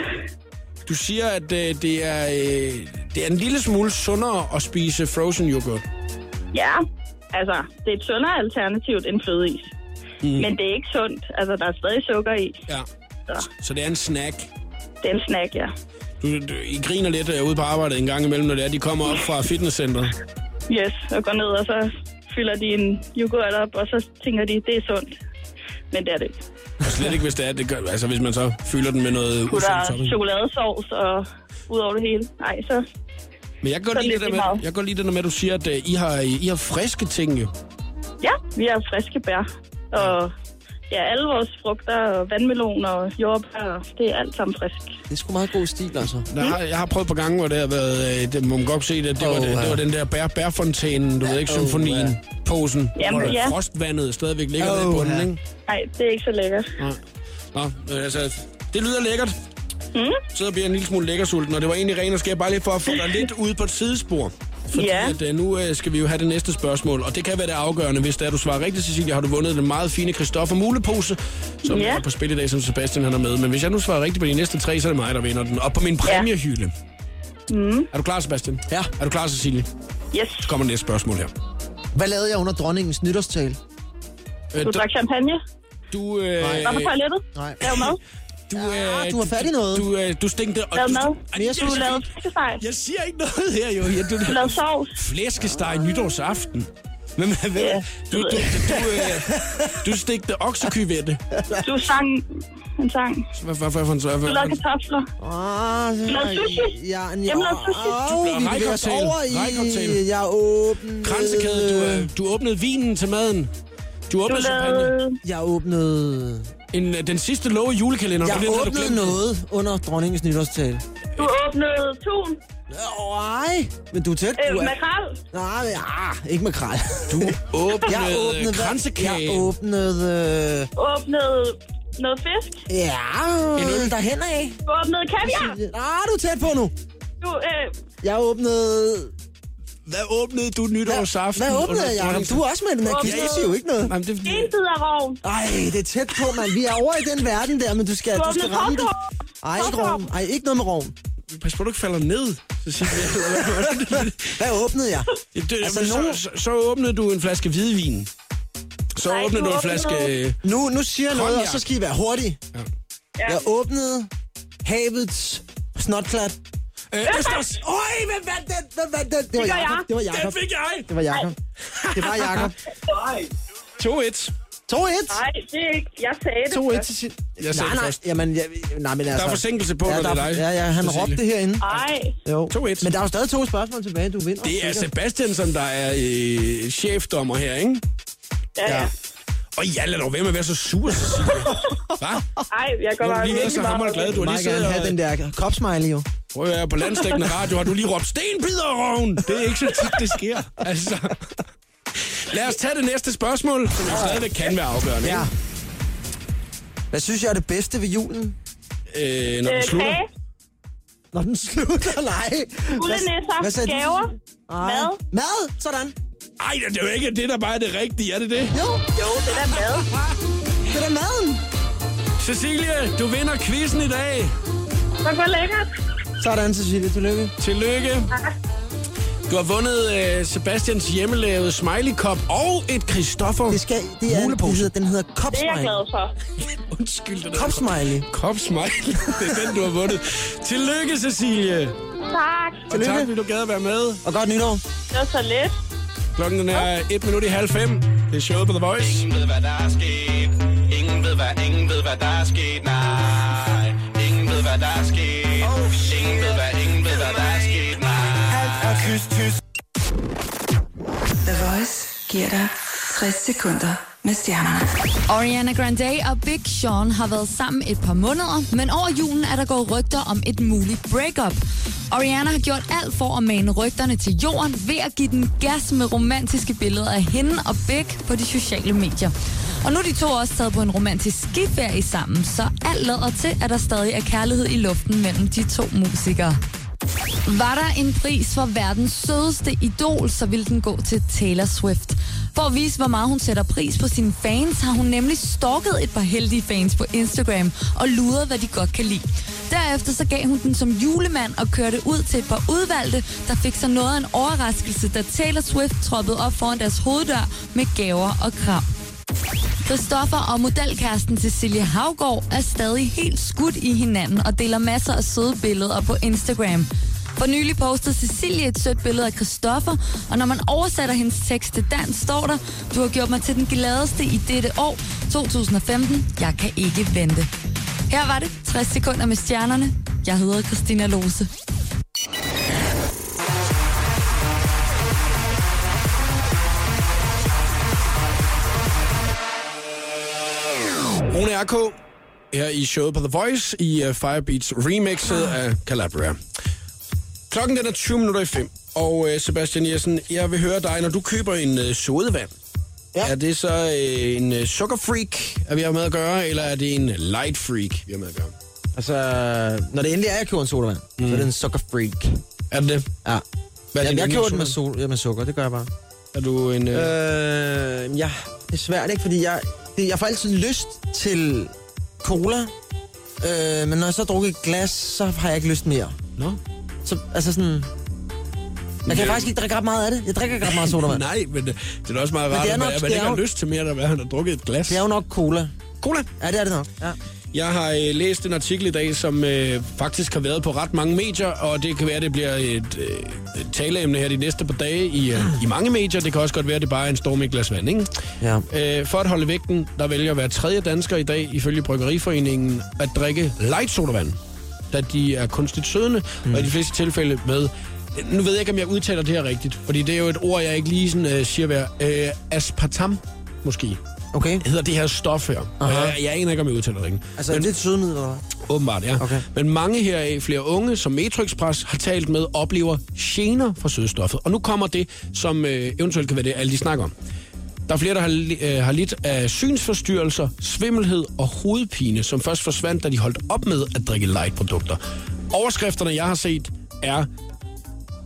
Speaker 1: Du siger, at øh, det, er, øh, det er en lille smule sundere at spise frozen yoghurt.
Speaker 9: Ja, altså, det er et sundere alternativ end flødeis. Mm. Men det er ikke sundt. Altså, der er stadig sukker i.
Speaker 1: Ja.
Speaker 9: Så
Speaker 1: Så det er en snack.
Speaker 9: det er en snack, ja.
Speaker 1: Du, du, I griner lidt øh, ude på arbejdet en gang imellem, når det er, de kommer op fra fitnesscenteret.
Speaker 9: Yes, og går ned, og så fylder de en yoghurt op, og så tænker de, det er sundt. Men det er det ikke.
Speaker 1: Og slet ikke, hvis det er, det gør, altså hvis man så fylder den med noget usundt
Speaker 9: Putter
Speaker 1: topping.
Speaker 9: chokoladesovs og ud over det hele. Nej, så
Speaker 1: Men jeg kan
Speaker 9: Så
Speaker 1: godt lide det
Speaker 9: lidt
Speaker 1: der
Speaker 9: lige
Speaker 1: med,
Speaker 9: meget.
Speaker 1: jeg kan godt lide det der med, at du siger, at øh, I har, I har friske ting jo.
Speaker 9: ja, vi har friske bær. Og ja, alle vores frugter og vandmelon og jordbær, og det er alt sammen frisk.
Speaker 2: Det er sgu meget god stil, altså.
Speaker 1: Jeg har, jeg har prøvet på gange, hvor det har været, øh, det må man godt se, at det, det, oh,
Speaker 2: Åh,
Speaker 1: var, det, det
Speaker 2: ja.
Speaker 1: var den der bær, bærfontænen, du ved ikke,
Speaker 2: åh,
Speaker 1: symfonien,
Speaker 2: ja.
Speaker 1: posen,
Speaker 9: Jamen,
Speaker 1: hvor
Speaker 9: ja.
Speaker 1: frostvandet stadigvæk ligger oh,
Speaker 2: Åh,
Speaker 1: nede i bunden,
Speaker 2: ja.
Speaker 1: ikke?
Speaker 9: Nej, det er ikke så lækkert.
Speaker 1: Nå, øh, altså, det lyder lækkert. Mm. Så bliver jeg en lille smule lækkersulten, og det var egentlig ren og skær, bare lige for at få dig lidt ud på et sidespor. Fordi
Speaker 9: Ja.
Speaker 1: at, øh, nu øh, skal vi jo have det næste spørgsmål, og det kan være det afgørende. Hvis det er, du svarer rigtigt, Cecilia, har du vundet den meget fine Christoffer Mulepose, som
Speaker 9: Ja.
Speaker 1: er på spil i dag, som Sebastian han er med. Men hvis jeg nu svarer rigtigt på de næste tre, så er det mig, der vinder den. Og på min præmiehylde. Mm. Er du klar, Sebastian?
Speaker 2: Ja.
Speaker 1: Er du klar, Cecilie?
Speaker 9: Yes,
Speaker 1: Så kommer næste spørgsmål her.
Speaker 2: Hvad lavede jeg under dronningens nytårstale?
Speaker 1: Øh,
Speaker 9: du
Speaker 1: du,
Speaker 9: drak champagne.
Speaker 1: du, øh,
Speaker 9: Var på toilettet?
Speaker 2: Nej.
Speaker 9: Lav mad?
Speaker 1: du, øh,
Speaker 2: Ah, du har fat i noget.
Speaker 1: Du, øh, du stingte... og
Speaker 9: Lav
Speaker 1: du-
Speaker 9: mad?
Speaker 1: Ej,
Speaker 2: Mere
Speaker 1: jeg-
Speaker 9: Du lavede flæskesteg?
Speaker 1: Jeg siger ikke noget her, jo. Ja, du,
Speaker 9: Du lavede sovs?
Speaker 1: flæskesteg nytårsaften. Men hvad, hvad,
Speaker 9: Ja,
Speaker 1: du, du, du, du, du stegte oksekyvette.
Speaker 9: Du sang en sang?
Speaker 1: Hvad, hvad, hvad, hvad,
Speaker 9: Du
Speaker 1: hvad,
Speaker 9: lavede
Speaker 1: hvad?
Speaker 9: kartofler?
Speaker 2: Ah, så
Speaker 9: Lavede sushi?
Speaker 2: Ja, ja,
Speaker 9: Jamen, lavede sushi?
Speaker 1: Du
Speaker 2: oh, vi
Speaker 1: lavede
Speaker 2: bevæger os
Speaker 1: rejekoptale.
Speaker 2: over
Speaker 1: Rejekoptale.
Speaker 2: i... Jeg åbnede...
Speaker 1: Kransekæde, du, øh, du åbnede vinen til maden. Du
Speaker 9: Du
Speaker 1: åbnede champagne.
Speaker 9: lavede...
Speaker 2: Jeg åbnede...
Speaker 1: En, øh, den sidste lov i julekalenderen.
Speaker 2: Jeg
Speaker 1: det er den, du
Speaker 2: åbnede
Speaker 1: glemte.
Speaker 2: noget under dronningens nytårstale.
Speaker 9: Du
Speaker 1: Øh.
Speaker 9: åbnede tun?
Speaker 2: Nej, men du er tæt.
Speaker 9: Øh,
Speaker 2: Du er...
Speaker 9: makrel?
Speaker 2: Nej, men, ah, ikke med kral.
Speaker 1: Du åbnede,
Speaker 2: (laughs) Jeg åbnede...
Speaker 1: åbnede
Speaker 2: hvad-
Speaker 1: kransekage.
Speaker 2: Jeg åbnede... øh,
Speaker 9: Åbnede noget fisk?
Speaker 2: Ja,
Speaker 1: En øl.
Speaker 2: derhen af.
Speaker 9: Du åbnede kaviar?
Speaker 2: Ah, du er tæt på nu.
Speaker 9: Du, øh,
Speaker 2: Jeg åbnede...
Speaker 1: Hvad åbnede du nytårsaften?
Speaker 2: Hvad åbnede jeg, Jacob? Du er også med i den her quiz. Du siger jo ikke noget.
Speaker 1: Jamen, det, er fordi-
Speaker 9: genbidervogn?
Speaker 2: Ej, det er tæt på, mand. Vi er over i den verden der, men du skal,
Speaker 9: Du
Speaker 2: du skal
Speaker 9: åbnede
Speaker 2: ramme det.
Speaker 9: popcorn?
Speaker 2: Ej, ikke rom. Ej, ikke noget med rom.
Speaker 1: pas på, du ikke falder
Speaker 9: (laughs)
Speaker 1: ned. Cecilie.
Speaker 2: Hvad åbnede jeg?
Speaker 1: Det, altså,
Speaker 2: Altså,
Speaker 1: jamen,
Speaker 2: nogen-
Speaker 1: så, så, så åbnede du en flaske hvidvin. Så
Speaker 9: Nej,
Speaker 1: åbnede
Speaker 9: du
Speaker 1: du en
Speaker 9: åbnede-
Speaker 1: flaske... øh,
Speaker 2: Nu, nu siger jeg noget, og
Speaker 1: Cognac.
Speaker 2: så skal I være hurtige.
Speaker 9: Ja.
Speaker 2: Jeg åbnede havets snotklat.
Speaker 1: Øh, Østers!
Speaker 2: Øj, hvem vandt den? Hvem vandt den? Det var
Speaker 9: gør
Speaker 2: Jacob.
Speaker 9: jeg.
Speaker 2: Det var
Speaker 1: Den
Speaker 2: Jacob.
Speaker 1: fik jeg!
Speaker 2: Det var Jacob. Det var Jacob.
Speaker 1: 2-1.
Speaker 2: 2-1.
Speaker 9: Nej, det er ikke. Jeg sagde det.
Speaker 2: 2-1 til sidst.
Speaker 1: Jeg sagde
Speaker 2: Nej,
Speaker 1: det
Speaker 2: nej,
Speaker 1: først.
Speaker 2: jamen, jeg, nej, men altså...
Speaker 1: Der er forsinkelse på,
Speaker 2: ja,
Speaker 1: når det
Speaker 2: der
Speaker 1: er dig.
Speaker 2: Ja, ja, han
Speaker 1: Cecilie.
Speaker 2: råbte det herinde.
Speaker 9: Nej,
Speaker 2: Jo.
Speaker 1: 2-1.
Speaker 2: Men der er jo stadig to spørgsmål tilbage, du vinder.
Speaker 1: Det er
Speaker 2: sikkert.
Speaker 1: Sebastian, som der er øh, chefdommer her, ikke?
Speaker 9: ja, ja.
Speaker 1: Og ja, lad dog være med at være så sur, Cecilie. Hvad?
Speaker 9: Nej, jeg går
Speaker 1: Nu er
Speaker 9: bare
Speaker 1: du lige været så hammerende glad, du har lige
Speaker 2: Meget gerne
Speaker 1: siddet
Speaker 2: have
Speaker 1: og...
Speaker 2: den der kopsmiley jo.
Speaker 1: Prøv at høre, på landstækkende radio har du lige råbt, stenbider røven! Det er ikke så tit, det sker. Altså. Lad os tage det næste spørgsmål, som jo stadigvæk kan være afgørende.
Speaker 2: Ja. Hvad synes jeg er det bedste ved julen?
Speaker 1: ikke? Øh, når
Speaker 9: Øh,
Speaker 1: den slutter.
Speaker 9: kage,
Speaker 2: Når den slutter, (laughs) nej.
Speaker 9: guldenæsser,
Speaker 2: sagde du?
Speaker 9: gaver,
Speaker 2: Ej.
Speaker 9: mad.
Speaker 2: Mad, sådan.
Speaker 1: Ej, det er jo ikke det, der bare er det rigtige, er det det?
Speaker 2: Jo,
Speaker 9: Jo, det der mad.
Speaker 2: det er da maden.
Speaker 1: Cecilie, du vinder quizzen i dag.
Speaker 9: Så går lækkert.
Speaker 2: Sådan, Cecilie, tillykke.
Speaker 1: Tillykke. Du har vundet øh, Sebastians hjemmelavede smiley cup og et Christoffer.
Speaker 2: Det skal, det er, det
Speaker 1: Mulepose.
Speaker 2: hedder, den hedder
Speaker 9: Det er jeg
Speaker 2: kopsmiley.
Speaker 9: glad for.
Speaker 1: Undskyld, det der.
Speaker 2: Kopsmiley.
Speaker 1: Kop
Speaker 2: (laughs)
Speaker 1: smiley. Det er den, du har vundet. Tillykke, Cecilie.
Speaker 9: Tak.
Speaker 1: Og tak, fordi du gad at være med.
Speaker 2: Og godt nytår.
Speaker 9: Det var så lidt.
Speaker 1: Klokken den er et minut i halv fem. Det er showet på The Voice.
Speaker 11: Ingen ved, hvad der er sket. Ingen ved, hvad, ingen ved, hvad der er sket. Nej. Ingen ved, hvad der er sket. Ingen ved, hvad, ingen ved, hvad der er sket. Nej.
Speaker 3: The Voice giver dig 60 sekunder med stjernerne.
Speaker 7: Ariana Grande og Big Sean har været sammen et par måneder, men over julen er der gået rygter om et muligt breakup. Ariana har gjort alt for at mane rygterne til jorden ved at give den gas med romantiske billeder af hende og Big på de sociale medier. Og nu er de to også taget på en romantisk skiferie sammen, så alt lader til, at der stadig er kærlighed i luften mellem de to musikere. Var der en pris for verdens sødeste idol, så ville den gå til Taylor Swift. For at vise, hvor meget hun sætter pris på sine fans, har hun nemlig stalket et par heldige fans på Instagram og luret, hvad de godt kan lide. Derefter så gav hun den som julemand og kørte ud til et par udvalgte, der fik sig noget af en overraskelse, da Taylor Swift troppede op foran deres hoveddør med gaver og kram. Christoffer og modelkæresten Cecilie Havgård er stadig helt skudt i hinanden og deler masser af søde billeder på Instagram. For nylig postede Cecilie et sødt billede af Christoffer, og når man oversætter hendes tekst til dansk, står der, du har gjort mig til den gladeste i dette år, 2015. Jeg kan ikke vente. Her var det 60 sekunder med stjernerne. Jeg hedder Christina Lose.
Speaker 1: Rune R.K. her i showet på The Voice i uh, Firebeats remixet af Calabria. Klokken den er 20 minutter i 5, og uh, Sebastian Jessen, jeg vil høre dig, når du køber en uh, sodavand. Ja.
Speaker 2: Ja.
Speaker 1: Er det så uh, en uh, sukkerfreak, at vi har med at gøre, eller er det en light freak, vi har med at gøre?
Speaker 2: Altså, når det endelig er, jeg køber en sodavand, mm. så er det en sukker freak.
Speaker 1: Er det det?
Speaker 2: Ja.
Speaker 1: Hvad er
Speaker 2: Jamen,
Speaker 1: din
Speaker 2: jeg køber den med,
Speaker 1: yndlings-
Speaker 2: sol, ja, med sukker, det gør jeg bare.
Speaker 1: Er du en... Uh,
Speaker 2: Øh, ja, det er svært, ikke? Fordi jeg, det, jeg får altid lyst til cola, øh, men når jeg så drukker et glas, så har jeg ikke lyst mere.
Speaker 1: Nå?
Speaker 2: Så, altså sådan... Jeg kan
Speaker 1: Ja.
Speaker 2: faktisk ikke drikke ret meget af det. Jeg drikker ikke ret meget (laughs) sodavand.
Speaker 1: Nej, men øh, det er da også meget
Speaker 2: Men
Speaker 1: rart,
Speaker 2: det er
Speaker 1: at man,
Speaker 2: nok-
Speaker 1: at man
Speaker 2: det
Speaker 1: ikke
Speaker 2: er
Speaker 1: har
Speaker 2: jo-
Speaker 1: lyst til mere, end at han har drukket et glas.
Speaker 2: Det er jo nok cola.
Speaker 1: Cola.
Speaker 2: Ja, det er det nok. Ja.
Speaker 1: Jeg har øh, læst en artikel i dag, som øh, faktisk har været på ret mange medier, og det kan være, det bliver et, øh, et taleemne her de næste par dage i, øh, i mange medier. Det kan også godt være, det bare er en storm i et glas vand, ikke?
Speaker 2: Ja.
Speaker 1: Øh, for at holde vægten, der vælger hver tredje dansker i dag, ifølge Bryggeriforeningen, at drikke light sodavand, da de er kunstigt sødende, mm. og i de fleste tilfælde med... øh, Nu ved jeg ikke, om jeg udtaler det her rigtigt, fordi det er jo et ord, jeg ikke lige sådan, øh, siger hver. Øh, aspartam, måske,
Speaker 2: Okay.
Speaker 1: hedder det her stof her. Og
Speaker 2: Aha.
Speaker 1: Jeg, jeg aner ikke, om jeg udtaler det rigtigt.
Speaker 2: Altså, er det et sødemiddel, eller hvad?
Speaker 1: Åbenbart, ja.
Speaker 2: Okay.
Speaker 1: Men mange heraf, flere unge, som Metro Express har talt med, oplever gener fra sødestoffet. Og nu kommer det, som øh, eventuelt kan være det, alle de snakker om. Der er flere, der har, li- øh, har lidt af synsforstyrrelser, svimmelhed og hovedpine, som først forsvandt, da de holdt op med at drikke light-produkter. Overskrifterne, jeg har set, er...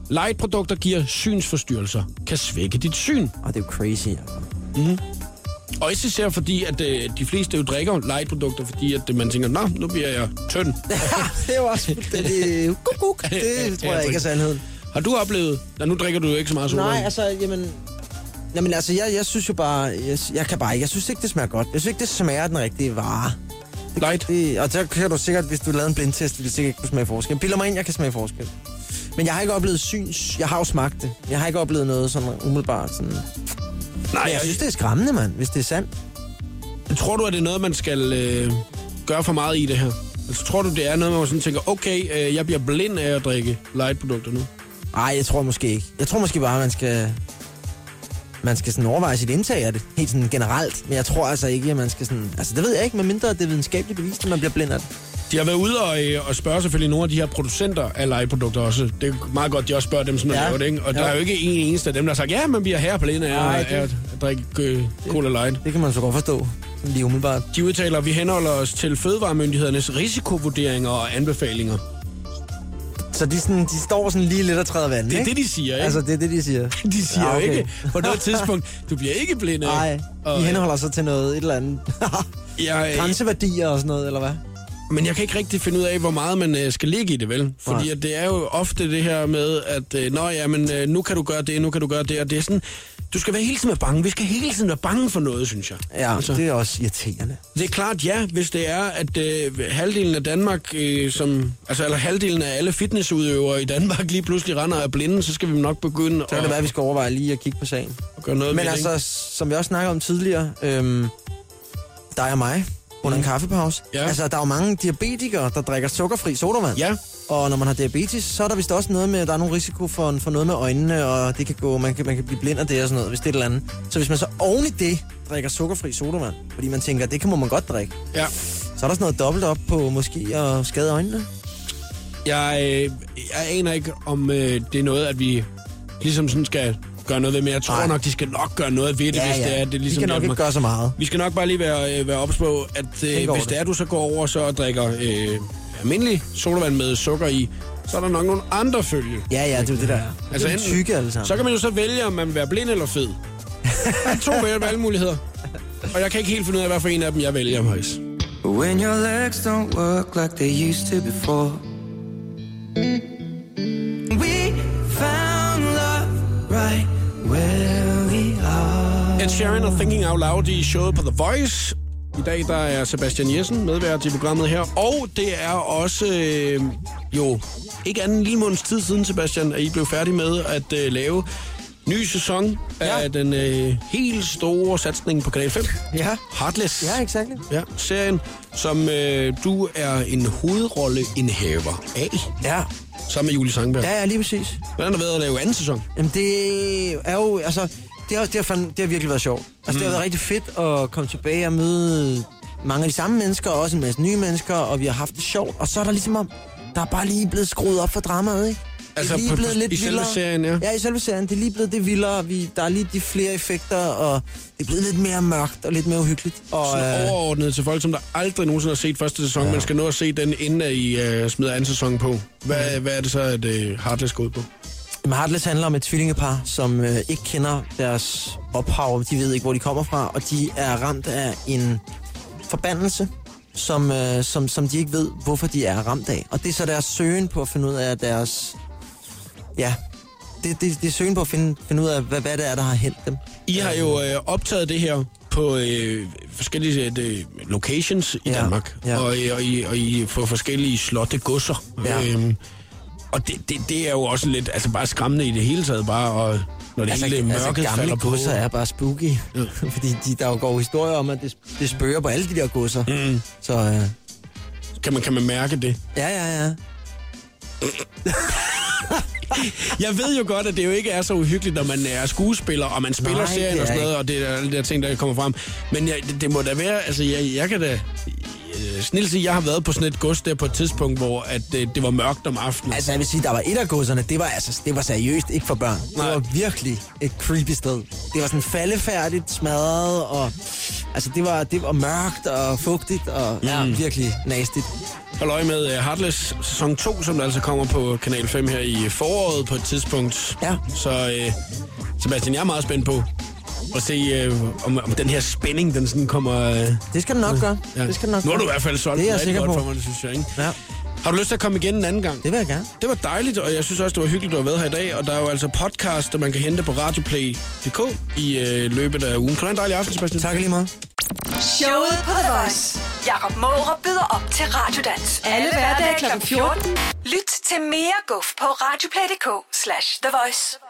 Speaker 1: Light-produkter giver synsforstyrrelser, kan svække dit syn.
Speaker 2: Åh, det er jo crazy. altså.
Speaker 1: Og ikke især fordi, at øh, de fleste jo drikker light-produkter, fordi at, øh, man tænker, nå, nu bliver jeg tynd.
Speaker 2: (laughs) det er jo også... Det, (laughs) det, kuk, kuk. det tror jeg ikke er sandheden.
Speaker 1: Har du oplevet, at nu drikker du jo ikke så meget sodavand?
Speaker 2: Nej, altså, jamen... Jamen altså, jeg, jeg synes jo bare, jeg, jeg kan bare ikke, jeg synes ikke, det smager godt. Jeg synes ikke, det smager af den rigtige vare.
Speaker 1: Light.
Speaker 2: Det, og der kan du sikkert, hvis du lavede en blindtest, ville du sikkert ikke kunne smage forskel. Jeg Piller mig ind, jeg kan smage forskel. Men jeg har ikke oplevet syns. Jeg har jo smagt det. Jeg har ikke oplevet noget sådan umiddelbart. Sådan.
Speaker 1: Nej,
Speaker 2: Men jeg synes, det er skræmmende, mand, hvis det er sandt.
Speaker 1: Tror du, at det er noget, man skal øh, gøre for meget i det her? Altså, tror du, det er noget, man sådan tænker, okay, øh, jeg bliver blind af at drikke light-produkter nu?
Speaker 2: Nej, jeg tror måske ikke. Jeg tror måske bare, man skal... man skal sådan overveje sit indtag af det, helt sådan generelt. Men jeg tror altså ikke, at man skal sådan... Altså, det ved jeg ikke, medmindre det er videnskabeligt bevist, at man bliver blind af det.
Speaker 1: De har været ude og, øh, og spørge selvfølgelig nogle af de her producenter af legeprodukter også. Det er meget godt, de også spørger dem, som ja.
Speaker 2: Ja.
Speaker 1: laver det, ikke? Og ja.
Speaker 2: Ja.
Speaker 1: der er jo ikke en eneste af dem, der har sagt, ja, men vi er her på af,
Speaker 2: Nej,
Speaker 1: af
Speaker 2: det-
Speaker 1: at at drikke øh, cola light.
Speaker 2: Det kan man så godt forstå, lige umiddelbart.
Speaker 1: De udtaler, at vi henholder os til fødevaremyndighedernes risikovurderinger og anbefalinger.
Speaker 2: Så de, sådan, de står sådan lige lidt og træder vandet,
Speaker 1: Det er
Speaker 2: ikke?
Speaker 1: det, de siger, ikke?
Speaker 2: Altså, det er det, de siger.
Speaker 1: De siger ja, okay. ikke på noget tidspunkt, du bliver ikke blind af.
Speaker 2: Nej,
Speaker 1: Og,
Speaker 2: de henholder sig til noget, et eller andet. (laughs)
Speaker 1: jeg, øh,
Speaker 2: Grænseværdier og sådan noget, eller hvad?
Speaker 1: Men jeg kan ikke rigtig finde ud af, hvor meget man øh, skal ligge i det, vel? Fordi
Speaker 2: Nej.
Speaker 1: at det er jo ofte det her med, at øh, Nå, ja, men, øh, nu kan du gøre det, nu kan du gøre det, og det er sådan... Du skal være hele tiden være bange. Vi skal hele tiden være bange for noget, synes jeg.
Speaker 2: Ja, altså. det er også irriterende.
Speaker 1: Det er klart ja, hvis det er, at øh, halvdelen af Danmark, øh, som, altså eller halvdelen af alle fitnessudøvere i Danmark lige pludselig render og er blinde, så skal vi nok begynde
Speaker 2: Så kan det være, at vi skal overveje lige at kigge på sagen.
Speaker 1: at gøre noget
Speaker 2: Men
Speaker 1: ved
Speaker 2: altså,
Speaker 1: det.
Speaker 2: som vi også snakkede om tidligere, øhm, dig og mig, under en kaffepause.
Speaker 1: Mhm. Ja.
Speaker 2: Altså, der er jo mange diabetikere, der drikker sukkerfri sodavand.
Speaker 1: Ja.
Speaker 2: Og når man har diabetes, så er der vist også noget med, at der er nogle risiko for, for noget med øjnene, og det kan gå, man kan, man kan blive blind af det og sådan noget, hvis det er et eller andet. Så hvis man så oven i det drikker sukkerfri sodavand, fordi man tænker, det kan må man godt drikke,
Speaker 1: Ja.
Speaker 2: så er der sådan noget dobbelt op på måske at skade øjnene.
Speaker 1: Jeg, øh, jeg aner ikke, om øh, det er noget, at vi ligesom sådan skal gøre noget ved, men jeg tror
Speaker 2: Nej.
Speaker 1: nok, de skal nok gøre noget ved det,
Speaker 2: Ja,
Speaker 1: hvis
Speaker 2: ja.
Speaker 1: det er. Det er
Speaker 2: Vi
Speaker 1: ligesom
Speaker 2: kan nok
Speaker 1: hjælper.
Speaker 2: ikke gøre så meget.
Speaker 1: Vi skal nok bare lige være, øh, være ops på, at øh,
Speaker 2: over
Speaker 1: hvis
Speaker 2: det.
Speaker 1: det er, du så går over så og drikker øh, almindelig sodavand med sukker i, så er der nok nogle andre følge.
Speaker 2: Ja, ja, det er jo det der. Altså, det er
Speaker 1: enten-
Speaker 2: tykke alle sammen.
Speaker 1: Så kan man jo så vælge, om man vil være blind eller
Speaker 2: (laughs)
Speaker 1: fed. Der er to valgmuligheder. Og jeg kan ikke helt finde ud af, hvad for en af dem jeg vælger, Max.
Speaker 12: When your legs don't work like they used to before. We found love right where we are.
Speaker 1: Ed Sheeran og Thinking Out Loud i showet på The Voice. I dag der er Sebastian Jessen medvært i programmet her, og det er også øh, jo ikke anden lille måneds tid siden, Sebastian, at I blev færdige med at øh, lave ny sæson ja. af den øh, helt store satsning på Kanal 5.
Speaker 2: Ja.
Speaker 1: Heartless.
Speaker 2: Ja, exakt.
Speaker 1: Ja, serien, som øh, du er en hovedrolleindehaver af.
Speaker 2: Ja.
Speaker 1: Sammen med Julie Sangberg.
Speaker 2: Ja, ja, lige præcis.
Speaker 1: Hvordan har det været at lave anden sæson?
Speaker 2: Jamen, det er jo, altså, det har, det har, fandme, det har virkelig været sjovt. Altså, mm. det har været rigtig fedt at komme tilbage og møde mange af de samme mennesker, og også en masse nye mennesker, og vi har haft det sjovt. Og så er der ligesom, om, der er bare lige blevet skruet op for dramaet, ikke?
Speaker 1: Altså,
Speaker 2: det er lige
Speaker 1: på- på-
Speaker 2: blevet lidt
Speaker 1: i selve
Speaker 2: vildere.
Speaker 1: serien, ja.
Speaker 2: Ja, i selve serien. Det er lige blevet det vildere. Vi, der er lige de flere effekter, og det er blevet lidt mere mørkt og lidt mere uhyggeligt. Og,
Speaker 1: Sådan
Speaker 2: øh,
Speaker 1: overordnet til folk, som der aldrig nogensinde har set første sæson, ja. man skal nå at se den, inden at I uh, smider anden sæson på. Hvad, mm. hvad er det så, at uh, Heartless går ud på?
Speaker 2: Jamen, Heartless handler om et tvillingepar, som øh, ikke kender deres ophav. De ved ikke, hvor de kommer fra, og de er ramt af en forbandelse, som, øh, som, som de ikke ved, hvorfor de er ramt af. Og det er så deres søgen på at finde ud af deres... Ja, det, det, det er søgen på at finde, finde ud af, hvad, hvad det er, der har hent dem.
Speaker 1: I har jo øh, optaget det her på øh, forskellige øh, locations i ja.
Speaker 2: Ja,
Speaker 1: Danmark, ja.
Speaker 2: ja.
Speaker 1: Og, øh, og, I, og I får forskellige slotte godser.
Speaker 2: Ja.
Speaker 1: Øhm, og det, det, det er jo også lidt altså bare skræmmende i det hele taget, bare og, når det altså, hele mørket
Speaker 2: gamle
Speaker 1: falder på.
Speaker 2: godser er bare spooky. Ja. (laughs) Fordi de, der jo går jo historier om, at det, det spørger på alle de der godser. Mm. Så øh,
Speaker 1: Kan man, kan man mærke det?
Speaker 2: ja, ja, ja.
Speaker 1: Jeg ved jo godt, at det jo ikke er så uhyggeligt, når man er skuespiller, og man spiller Nej,
Speaker 2: Nej,
Speaker 1: serien
Speaker 2: det
Speaker 1: og sådan
Speaker 2: er
Speaker 1: noget, og det er alle de der ting, der kommer frem. Men jeg, det, det må da være, altså jeg, jeg kan da øh, snilt sige, jeg har været på sådan et gods der på et tidspunkt, hvor at, øh, det var mørkt om aftenen.
Speaker 2: Altså, jeg vil sige, der var et af godserne, det var, altså, det var seriøst ikke for børn.
Speaker 1: Nej.
Speaker 2: Det var virkelig et creepy sted. Det var sådan faldefærdigt, smadret, og altså, det, var, det var mørkt og fugtigt, og ja,
Speaker 1: Mm.
Speaker 2: virkelig nastigt.
Speaker 1: Hold øje med uh, Heartless sæson 2, som der altså kommer på Kanal 5 her i foråret på et tidspunkt.
Speaker 2: Ja.
Speaker 1: Så uh, Sebastian, jeg er meget spændt på at se, uh, om, om den her spænding, den sådan kommer... Uh,
Speaker 2: Det skal du nok gøre. Det skal du nok
Speaker 1: nu har
Speaker 2: gøre.
Speaker 1: du i hvert fald solgt
Speaker 2: Det er
Speaker 1: den rigtig
Speaker 2: jeg sikker
Speaker 1: godt
Speaker 2: på.
Speaker 1: for mig, det synes jeg, ikke?
Speaker 2: Ja,
Speaker 1: Har du lyst til at komme igen en anden gang?
Speaker 2: det vil jeg gerne.
Speaker 1: Det var dejligt, og jeg synes også, det var hyggeligt, at du har været her i dag. Og der er jo altså podcast, der man kan hente på radioplay.dk i øh, løbet af ugen. Kan du have en dejlig aften, Sebastian?
Speaker 2: Tak lige meget.
Speaker 13: Showet på The Voice. Jakob Måre byder op til Radiodans. Alle hverdage kl. 14. Lyt til mere guf på radioplay.dk slash The Voice.